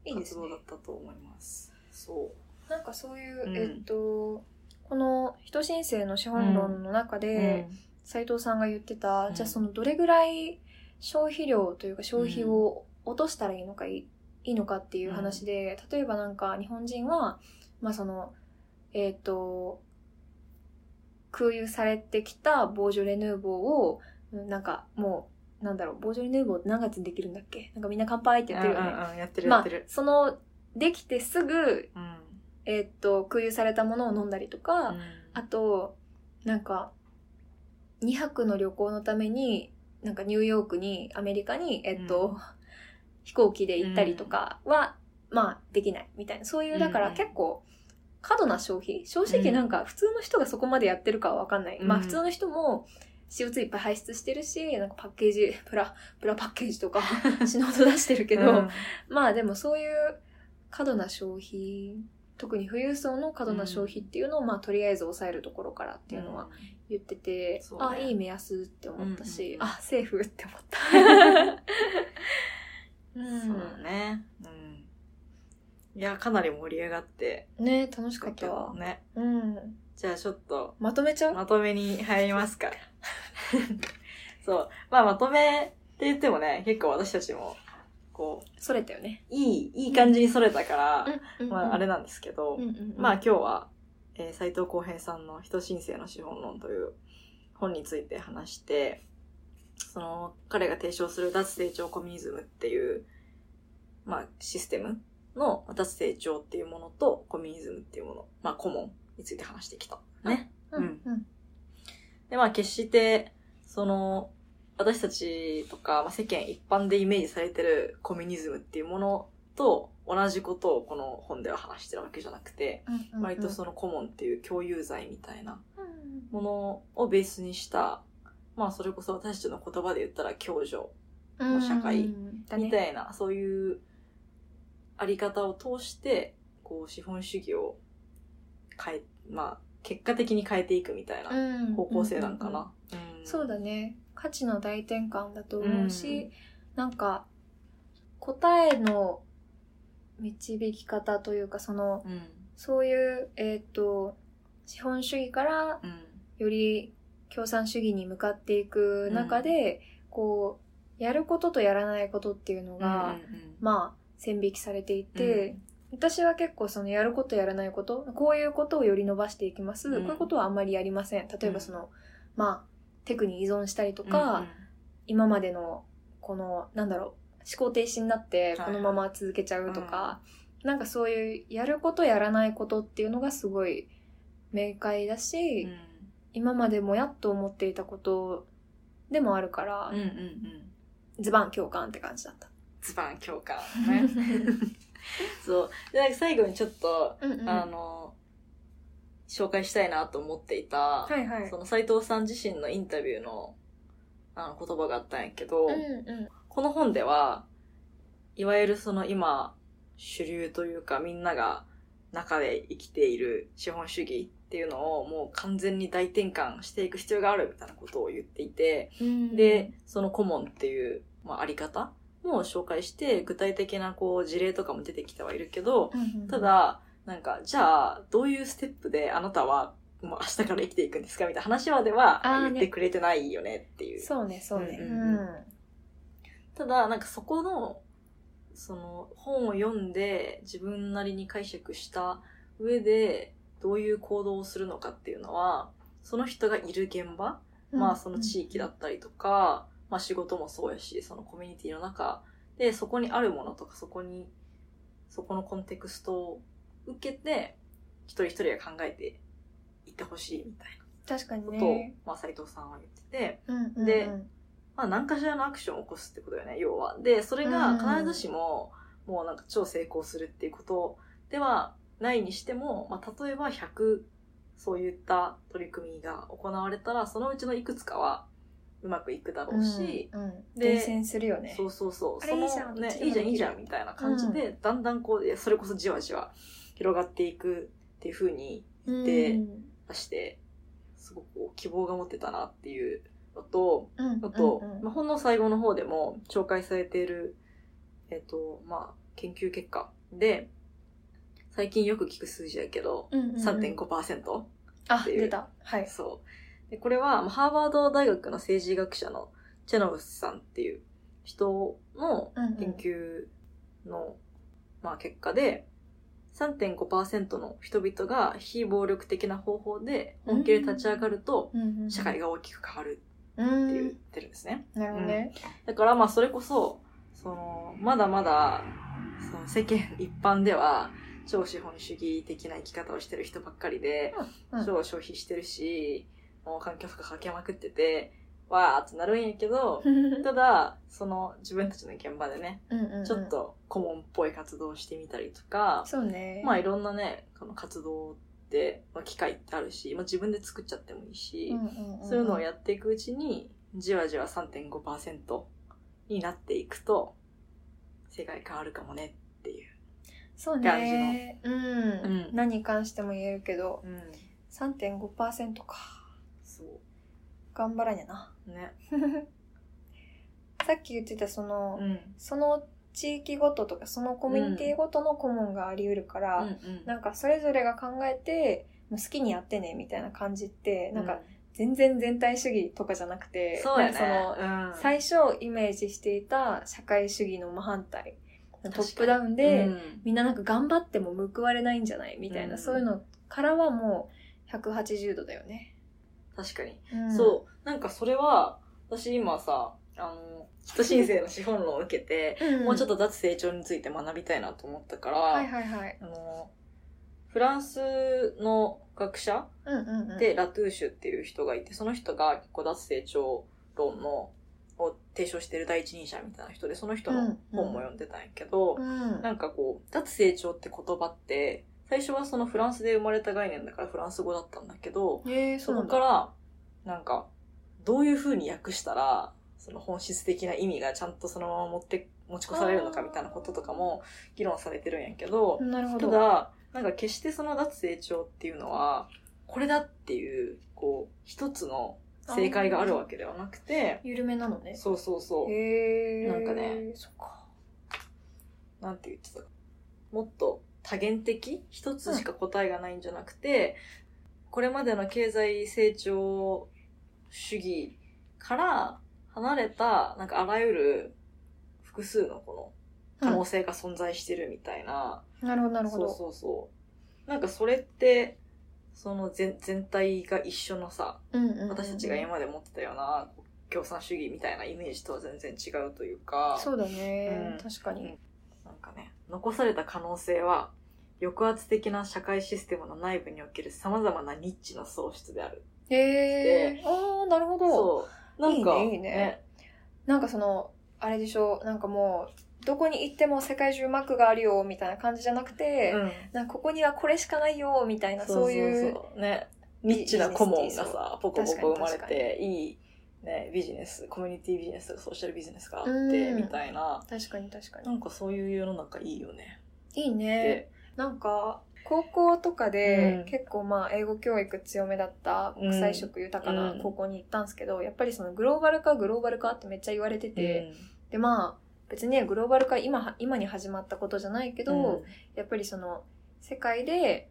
いいです活ね動だったと思います。そなんかそういう、うんえっとこの人申請の資本論の中う。で斉藤さんが言ってた、うんじゃあそのどれぐらい消費量というか消費を落としたらいいのかい,、いいのかっていう話で、例えばなんか日本人はまあそのえっ、と空輸されてきたボージョレ・ヌーボーをうんなんかもうなんだろうボージョレ・ヌーボーって何月にできるんだっけなんかみんな乾杯ってやってるよね。うんうんうんやってるやまっあてる。そのできてすぐうんえーっと空輸されたものを飲んだりとか、あとなんか2泊の旅行のためになんかニューヨークにアメリカに、えーっとう飛行機で行ったりとかは、まあできないみたいなそういうだかうらん結構過度な消費正直なんか普通の人がそこまでやってるかは分かんない、うんまあ普通の人も CO2 いっぱい排出してるしなんかパッケージプラプラパッケージと [laughs] か死ぬほど出してるけど、うんまあでもそういう過度な消費特に富裕層の過度な消費っていうのを、まあとりあえず抑えるところからっていうのは言ってて、そうあねいい目安って思ったし、うんうんうんあセーフって思った。 [laughs] ううんんそうだね。うん。いや、かなり盛り上がってね楽しかだっけたどわ、ね。うん、じゃあちょっとまとめちゃう、まとめに入りますか。そう。まあまとめって言ってもね、結構私たちも、こう、それたよね、いい、いい感じにそれたから、まああれだ、なんですけど、うんうんうんまあ今日は、えー、斉藤浩平さんの「人申請の資本論」という本について話してその彼が提唱する脱成長コミュニズムっていう、まあ、システムの脱成長っていうものとコミュニズムっていうもの、まあ、コモンについて話してきた。ね。うんうんでまあ決してその私たちとか、まあ、世間一般でイメージされてるコミュニズムっていうものと同じことをこの本では話してるわけじゃなくて、うんうん、割とそのコモンっていう共有罪みたいなうん、ものをベースにした、まあそれこそ私たちの言葉で言ったら共助うんの社会うんだねみたいな、そういうあり方を通して、こう資本主義を変え、まあ結果的に変えていくみたいなうん方向性なんかな。そうだ。だね価値の大転換だと思うし、なんか答えの導き方というかそのうん。そういう、えっと資本主義からうん。より共産主義に向かっていく中で、こうやることとやらないことっていうのが、まあ線引きされていて、私は結構そのやることやらないことこういうことをより伸ばしていきます、うんこういうことはあんまりやりません例えばその、まあテクに依存したりととか、、今までのこのなんだろう思考停止になってはいこのまま続けちゃうとか、なんかそういうやることやらないことっていうのがすごい明快だし、うん今までもやっと思っていたことでもあるから、うんうんうん。ズバン共感って感じだった。ズバン強化。ね。 [laughs] そう。で、なんか最後にちょっと、 [laughs] うんうんあの、紹介したいなと思っていた、はいはいそ。の斉藤さん自身のインタビューのあの言葉があったんやけど、うんうんこの本では、いわゆるその今、主流というかみんなが中で生きている資本主義っていうのをもう完全に大転換していく必要があるみたいなことを言っていて、うんで、そのコモンっていう、まあ、あり方も紹介して、具体的なこう事例とかも出てきてはいるけど、うんうんただ、なんか、じゃあ、どういうステップであなたは、もう明日から生きていくんですかみたいな話まではあーね言ってくれてないよねっていう。そうねそうね。ううんんうんうんただ、なんかそこの、その本を読んで自分なりに解釈した上で、どういう行動をするのかっていうのは、その人がいる現場まあその地域だったりとか、まあ仕事もそうやし、そのコミュニティの中で、そこにあるものとか、そこに、そこのコンテクストを受けて、一人一人が考えていってほしいみたい確かになことを、ね。まあ斉藤さんは言ってて、うんうんうんでまあ何かしらのアクションを起こすってことよね、要は。で、それが必ずしも、もうなんか超成功するっていうことではないにしても、まあ、例えば100そういった取り組みが行われたらそのうちのいくつかはうまくいくだろうし、うんうん、で伝染するよねそうそうそうあそれのいいじゃんねこっちでもいいじできゃんるいいじゃんみたいな感じで、だんだんこういやそれこそじわじわ広がっていくっていう風にでうん出してすごくこう希望が持てたなっていうのとうんあと、うんうんまあ、ほんの最後の方でも紹介されている、えっ、と、まあ、研究結果で、最近よく聞く数字だけど、うんうんうん3.5%、あていう出たはいそう。で、これは、まあハーバード大学の政治学者のチェノブスさんっていう人のうんうん研究の、まあ、結果で、3.5%の人々が非暴力的な方法で本気で立ち上がると、うんうん社会が大きく変わるって言ってるんですね。うんなるほどねだからまあそれこそ、その、まだまだ、その世間一般では、超資本主義的な生き方をしてる人ばっかりで、うん超消費してるし、もう環境負荷かけまくってて、わーってなるんやけど、 [laughs] ただ、その自分たちの現場でね、うんうんうんちょっと顧問っぽい活動をしてみたりとか、そうねまあいろんなね、この活動って、まあ、機会ってあるし、まあ自分で作っちゃってもいいし、そういうのをっやっていくうちに、じわじわ3.5%になっていくと、世界変わるかもねっていう。そう感じのねうんうん何に関しても言えるけどうん。 3.5%かそ頑張らにゃなう。ね。さっき言ってたそのうん。その地域ごととかそのコミュニティごとの顧問があり得るから、なんかそれぞれが考えてもう好きにやってねみたいな感じって、なんか、全然全体主義とかじゃなくてそうやね。なんかうんその最初イメージしていた社会主義の真反対ト確かにップダウンで、うんみんななんか頑張っても報われないんじゃないみたいな、うんそういうのからはもう180度だよね。確かに、うんそう。なんかそれは、私今さ、あの、人申請の資本論を受けて、うん、もうちょっとと脱成長について学びたいなと思ったから、はいはいはい。あの、フランスの学者うんうんうん、で、ラトゥーシュっていう人がいて、その人が結構脱成長論のを提唱してる第一人者みたいな人で、その人の本も読んでたんやけど、うん、なんかこう、脱成長って言葉って、最初はそのフランスで生まれた概念だからフランス語だったんだけど、えー、そそうなこんかだ。ら、なんか、どういう風に訳したら、その本質的な意味がちゃんとそのまま持って、持ち越されるのかみたいなこととかも議論されてるんやけど、なるほたど。だなんか決してその脱成長っていうのはこれだっていうこう一つの正解があるわけではなくて緩めなのね。そうそうそう、へえー、なんかね。そっか。なんて言ってたかもっと多元的一つしか答えがないんじゃなくて、これまでの経済成長主義から離れたなんかあらゆる複数のこの可能性が存在してるみたいな、なるほどなるほど。そうそうそうなんかそれってその全全体が一緒のさうんうんうん私たちが今まで持ってたようなこう共産主義みたいなイメージとは全然違うというかそうだね、うん確かに。なんかね残された可能性は抑圧的な社会システムの内部におけるさまざまなニッチな喪失であるへえー、あーなるほど。うなんかいいねいいねなんかそのあれでしょなんかもうどこに行っても世界中マックがあるよみたいな感じじゃなくて、うん、なんかここにはこれしかないよみたいなそういううねニッチな顧問がビジネスってさポコポ確かにコ生まれ確かていい、ね、ビジネスコミュニティビジネスとかソーシャルビジネスがあってうんみたいな確かに確かなにんかそういう世の中いいよね。いいねでなんか高校とかで、うん結構まあ英語教育強めだった国際色豊かな高校に行ったんですけど、やっぱりそのグローバル化グローバル化ってめっちゃ言われてて、でまあ別にねグローバル化今は今に始まったことじゃないけど、うんやっぱりその世界で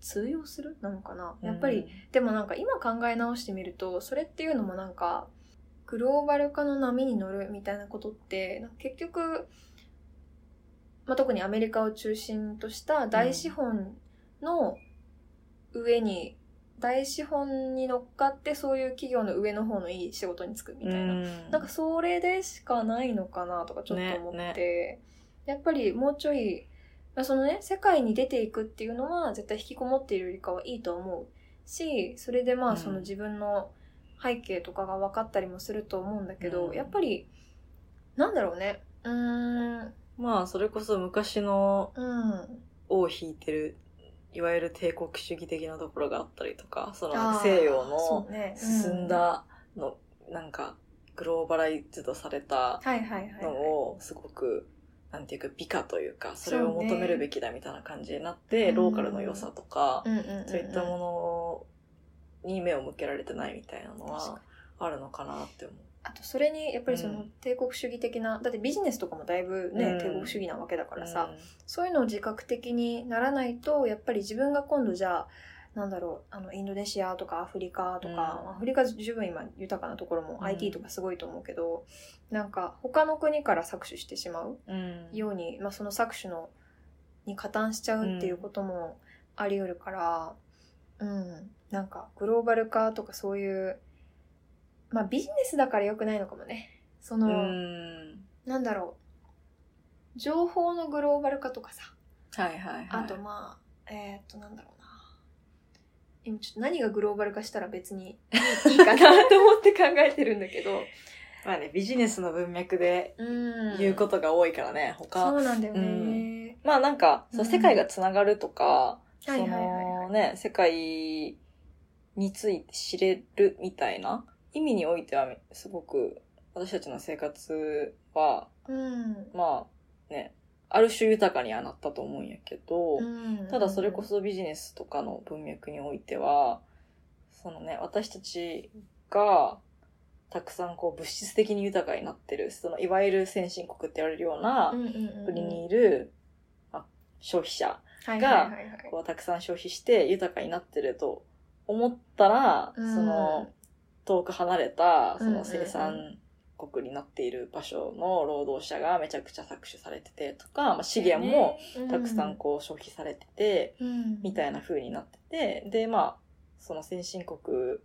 通用するなのかな、やっぱりでもなんか今考え直してみるとそれっていうのもなんかグローバル化の波に乗るみたいなことってなんか結局、まあ、特にアメリカを中心とした大資本の上に、大資本に乗っかってそういう企業の上の方のいい仕事に就くみたいな、ななんかそれでしかないのかなとかちょっと思って、やっぱりもうちょい、まあ、そのね世界に出ていくっていうのは絶対引きこもっているよりかはいいと思うしそれでまうあんその自分の背景とかが分かったりもすると思うんだけど、うんやっぱりなんだろうねうーんまあそれこそ昔のうんを引いてる、いわゆる帝国主義的なところがあったりとか、そあのー西洋そのうね進ん、だの、なんか、グローバライズドされたうんはいはいはいのをすごく、なんていうか美化というか、それを求めるべきだみたいな感じになって、うんローカルの良さとか、んんんんそういったものに目を向けられてないみたいなの確はかにあるのかなって思う。あとそれにやっぱりそうのん帝国主義的な、だってビジネスとかもだいぶね、うん帝国主義なわけだからさ、うん、そういうのを自覚的にならないとやっぱり自分が今度じゃあなんだろうあのインドネシアとかアフリカとか、うんアフリカ十分今豊かなところも、うん IT とかすごいと思うけどなんか他の国から搾取してしまううんように、まあ、その搾取のに加担しちゃうっていうこともあり得るから、うんなんかグローバル化とかそういう、まあ、ビジネスだから良くないのかもねその、うんなんだろう情報のグローバル化とかさはいはいはい。あとまあ、えーっとなんだろうな今ちょっと何がグローバル化したら別にいいいいかなと思って考えてるんだけど、まあね、ビジネスの文脈でうん、 [laughs] 言うことが多いからね、他、そうなんだよね、うんまあなんか、そううん世界がつながるとか、そはいはいはいはいのね、世界について知れるみたいな意味においては、すごく私たちの生活は、うんまあね、ある種豊かにはなったと思うんやけど、うんただそれこそビジネスとかの文脈においては、そのね、私たちがたくさんこう物質的に豊かになってる、そのいわゆる先進国って言われるようなうんうんうんうん国にいる、あ消費者はいがはいはいはいはたくさん消費して豊かになってると思ったら、うんその遠く離れたそうんうんうのん生産国になっている場所の労働者がめちゃくちゃ搾取されててとか、まあ、資源もたくさんこう消費されてて、みたいな風になってて、で、まあ、その先進国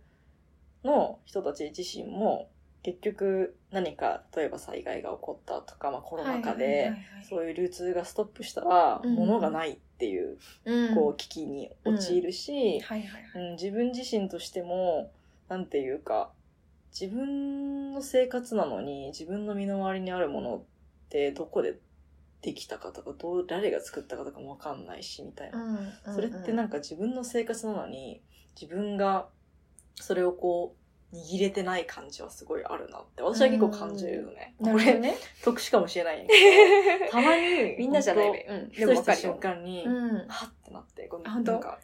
の人たち自身も、結局何か、例えば災害が起こったとか、まあコロナ禍はいはいはいで、はいそういう流通がストップしたら、うん物がないっていう、うんこう、危機に陥るし、はいはいはいうん、自分自身としても、なんていうか、自分の生活なのに、自分の身の回りにあるものって、どこでできたかとか、どう、誰が作ったかとかもわかんないし、みたいな。うんうんうんそれってなんか自分の生活なのに、自分がそれをこう、握れてない感じはすごいあるなって、私は結構感じるよね。なこるほどれ、ね特殊かもしれな [laughs] いんやけど、たまに、みんなじゃないほんとべうんふでともしわたかるよ瞬間に、うんはってなって、このあほんとなんか、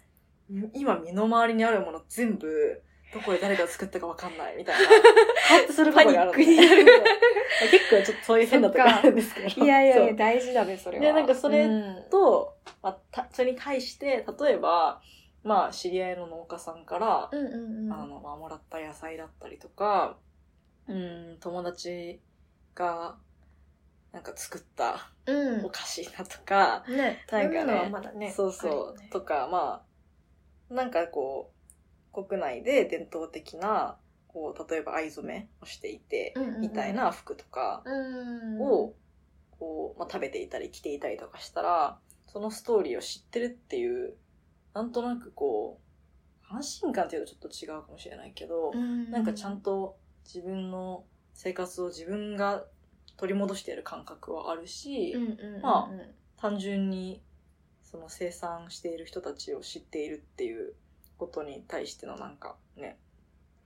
今身の回りにあるもの全部、どこで誰が作ったかわかんないみた [laughs] いな。はってすることがあるんだよパニックになる [laughs] 結構ちょっとそういう変なとこあるんですけど。いやいやいそやう大事だべそれはでなんかそれうんと、まあ、たそれに対して例えば、まあ、知り合いの農家さんから、うんうんうんあのまあ、もらった野菜だったりとかうん友達がなんか作ったおう菓子だとか、んねなそうんかねいうのはまだねそうそう、あるよねとかまあなんかこう国内で伝統的なこう例えば藍染めをしていて、うんうんうんみたいな服とか、うんをこう、まあ、食べていたり着ていたりとかしたらそのストーリーを知ってるっていうなんとなくこう安心感っていうとちょっと違うかもしれないけど、なんかちゃんと自分の生活を自分が取り戻している感覚はあるし、うんうんうんうんま単純にその生産している人たちを知っているっていうことに対してのなんかね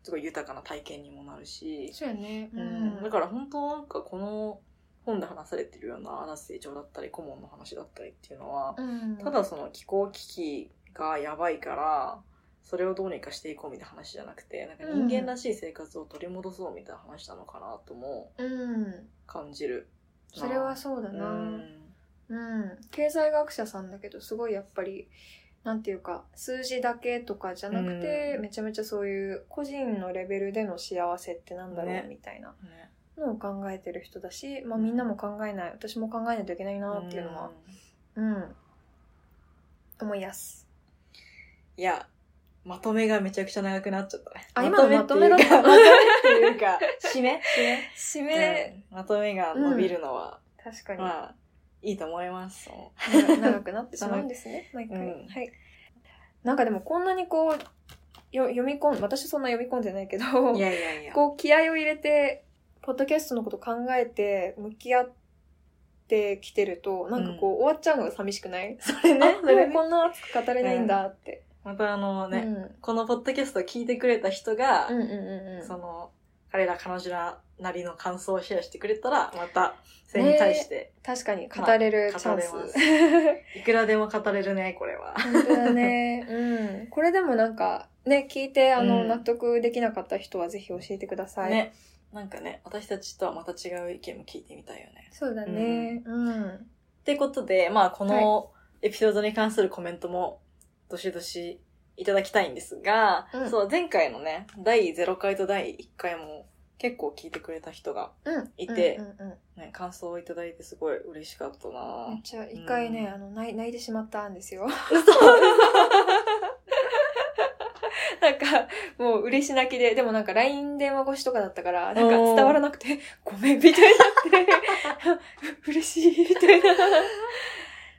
すごい豊かな体験にもなるしそうやねううんんだから本当なんかこの本で話されてるようなアラス異常だったり顧問の話だったりっていうのは、うんただその気候危機がやばいからそれをどうにかしていこうみたいな話じゃなくてなんか人間らしい生活を取り戻そうみたいな話なのかなともうん感じる。それはそうだうなんうん、経済学者さんだけどすごいやっぱりなんていうか数字だけとかじゃなくて、うんめちゃめちゃそういう個人のレベルでの幸せってなんだろねうみたいなねのを考えてる人だし、まあ、みんなも考えない私も考えないといけないなっていうのは、うんうん思いやす。いやまとめがめちゃくちゃ長くなっちゃったね。あ今のまとめだっっていうたかまとめっていうか、 [laughs] 締め締め締うんまとめが伸びるのは、確かに、まあ、いいと思います。長長くなってしまうんです [laughs] ね毎回、うんはいなんかでもこんなにこうよ読み込ん私そんな読み込んでないけどいやいやいや。こう気合を入れて、ポッドキャストのこと考えて、向き合っってきてると、なんかこう、終わっちゃうのが寂しくない [laughs] それねあ、そもうれねこんな熱く語れないんだって。またあのね、うんこのポッドキャストを聞いてくれた人が、うんうんうんうん。その、彼ら彼女らなりの感想をシェアしてくれたら、また、それに対して確かに語れる語チャンれス。ます。 [laughs] いくらでも語れるね、これは。本当だね。 [laughs] うん。これでもなんか、ね、聞いて、あの、うん納得できなかった人はぜひ教えてください。ね。なんかね、私たちとはまた違う意見も聞いてみたいよね。そうだね。うん。ってことで、まあ、このエピソードに関するコメントも、どしどしいただきたいんですが、うんそう、前回のね、第0回と第1回も結構聞いてくれた人が、うん。いてうんうんうんね、感想をいただいてすごい嬉しかったなぁめっちゃ一回ね、うんあの泣い泣いてしまったんですよ嘘なんかもう嬉し泣きででもなんか LINE 電話越しとかだったからなんか伝わらなくて「ごめん」みたいになって [laughs] 嬉しいみたいな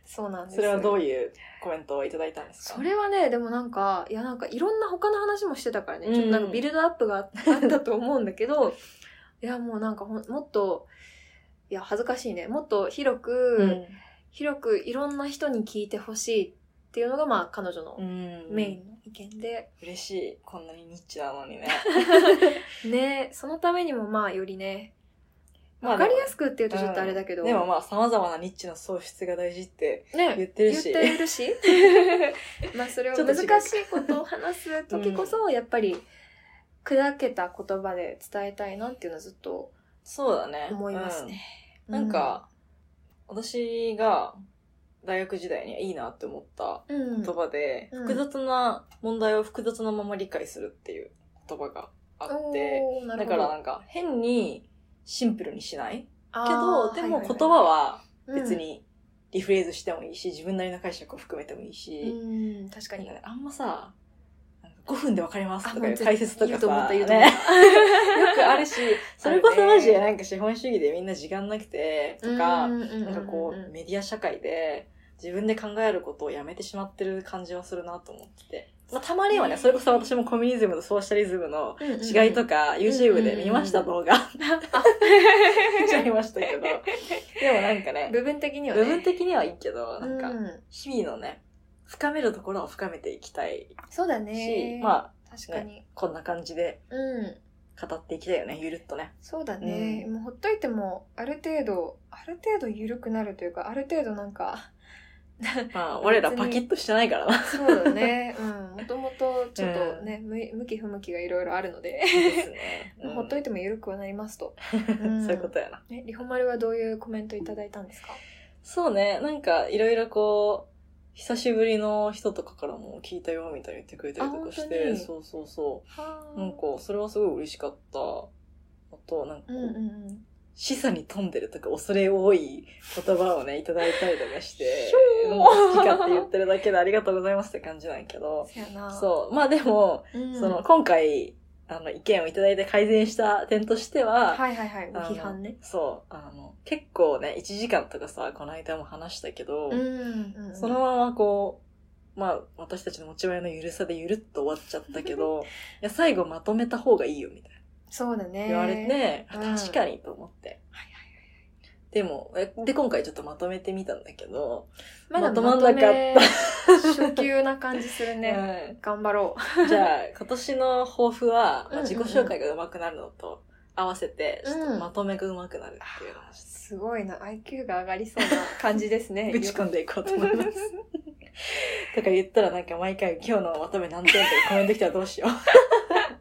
そうなんですそれはどうういうコメントをいただいたんですかそれはねでもなんかいやなんかいろんな他の話もしてたからねちょっとなんうかんビルドアップがあったと思うんだけどいやもうなんかほんもっといや恥ずかしいねもっと広く、うん。広くいろんな人に聞いてほしいっていうのが、まあ、彼女のうん。メインの意見で、嬉しい。こんなにニッチなのにね。ねそのためにもまあよりねまあ [laughs] わかりやすくっていうとちょっとあれだけど、でもまあ、様々なニッチの喪失が大事ってね言ってるし。言ってるしまあそれをちょっと難違しういことを話す時こそやっぱり砕けた言葉で伝えたいなっていうのはずっと [laughs] そうだね。思いますね。うん。なんか、私が大学時代にいいなって思ったうん、うん、言葉で、うん複雑な問題を複雑なまま理解するっていう言葉があって、おーなるだほかどらなんか変にシンプルにしないけあーど、でもはいはいは言い葉は別にリフレーズしてもいいし、自分なりの解釈を含めてもいいし、うん、うん確かになんかねあんまさ、なんか5分でわかりますとかあいもうう解説とか言うと思っさ、たね、言ようと思った [laughs] くあ [laughs] るし、それこそマジでなんか資本主義でみんな時間なくてとか、ななんかこう、メディア社会で自分で考えることをやめてしまってる感じはするなと思ってて。まあ、たまにはね、それこそ私もコミュニズムとソーシャリズムの違いとか、か、YouTube で見ました動画。見ちゃいました [laughs] けど。でもなんかね、部分的にはね部分的にはいいけど、なんうか、日々のね、深めるところを深めていきたいそうだし、ねまあ、あ確かに、こんな感じでうん語っていきたいよね、ゆるっと [laughs] ね。そうだね、うもうほっといてもある程度ある程度緩くなるというかある程度なんかまあ、俺ら別にパキッとしてないからな。そうだね [laughs] うんもともとちょっとね、向向き不向きがいろいろあるのでですね。うんほっといても緩くはなりますと、 [laughs] うん [laughs] そういうことやな。ねリホマルはどういうコメントいただいたんですかそうね、なんか、いろいろこう、久しぶりの人とかからも聞いたよみたいに言ってくれたりとかしあ本当て、にそうそうそはう。なんか、それはすごい嬉しかった。あと、なんかうこう、んうんうん示唆に富んでるとか恐れ多い言葉をね、いただいたりとかして、ひょーもう好きかって言ってるだけでありがとうございますって感じなんやけど、そやなそう。まあでも、う、ん、その、今回、あの、意見をいただいて改善した点としては、はいはいはいあの批判ねそう、あの、結構ね、1時間とかさ、この間も話したけど、うんうんうんそのままこう、まあ、私たちの持ち前のゆるさでゆるっと終わっちゃった [laughs] けど、いや、最後まとめた方がいいよ、みたいな。そうだね言われて、あうん確かにと思って。でも、えで、今回ちょっとまとめてみたんだけど、まだままとまとまんんななかかっったた。初級な感じする [laughs] ね。頑張ろうんじゃあ、今年の抱負うは、まあんうんう自ん己紹介が上手くなるのと合わせて、ちょっとまとめが上手くなるっていうう。話です。。すごいな。IQ が上がりそうな感じです [laughs] ねぶち込んでいこうと思います。とか言ったらなんか毎回今日のまとめ何点ってコメント来たらどうしよ [laughs] う。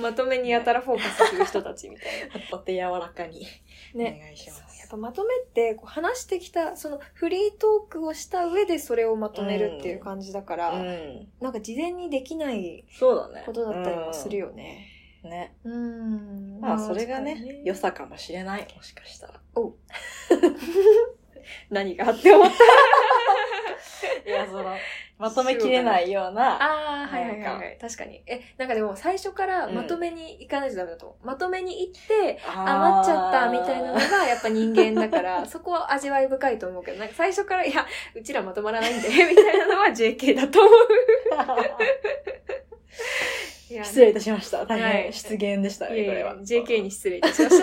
まとめにやたらフォーカスする人たちみたいお手柔らかにおな。ね。願いしそうます。やっぱまとめってこう話してきたそのフリートークをした上でそれをまとめるっていう感じだから、うん。なんか事前にできないそうだね。ことだったりもするよね。うん。ね。うん。まあそれがね、よ良さかもしれない。もしかしたら。何があって思った。いや、その、まとめきれないような、 [laughs] ああ、はいはいはい、はい。確かに。え、なんかでも最初からまとめに行かないとダメだと思う。まとめに行って、余っちゃったみたいなのあがやっぱ人間だから、そこは味わい深いと思うけど、なんか最初から、いや、うちらまとまらないんで、みたいなのは JK だと思ー。う。い [laughs] や失礼いたしました。大は変い失言でしたいね、やいこやいれやは。 JK に失礼いたしました。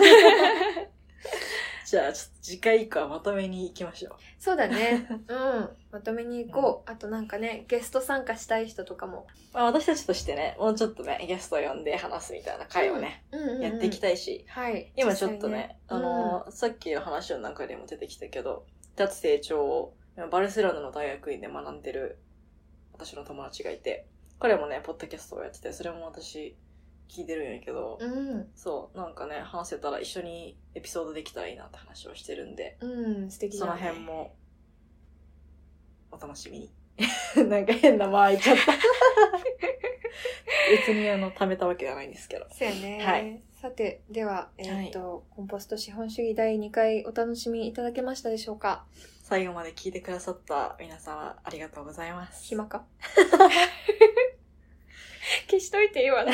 じゃあ、ちょっと次回以降はまとめに行きましょう。 [laughs] そうだね。うん。まとめに行こう。あとなんかね、ゲスト参加したい人とかも。まあ、私たちとしてね、もうちょっとね、ゲストを呼んで話すみたいな回をね、うんうんうんやっていきたいし、はい。今ちょっとね、実際あねの、さっきの話の中でも出てきたけど、脱成長を今バルセロナの大学院で学んでる私の友達がいて、彼もね、ポッドキャストをやってて、それも私聞いてるんやけど、うん。そう、なんかね、話せたら一緒にエピソードできたらいいなって話をしてるんで、うん、素敵そだのね辺。も、お楽しみに。 [laughs] なんか変な間空いち [laughs] ゃった。別にあの、貯めたわけじゃないんですけど。そうやね。はいさて、では、えっ、と、コンポスト資本主義第2回お楽しみいただけましたでしょうか最後まで聞いてくださった皆様、ありがとうござい [laughs] ます。暇か消しといていいわな。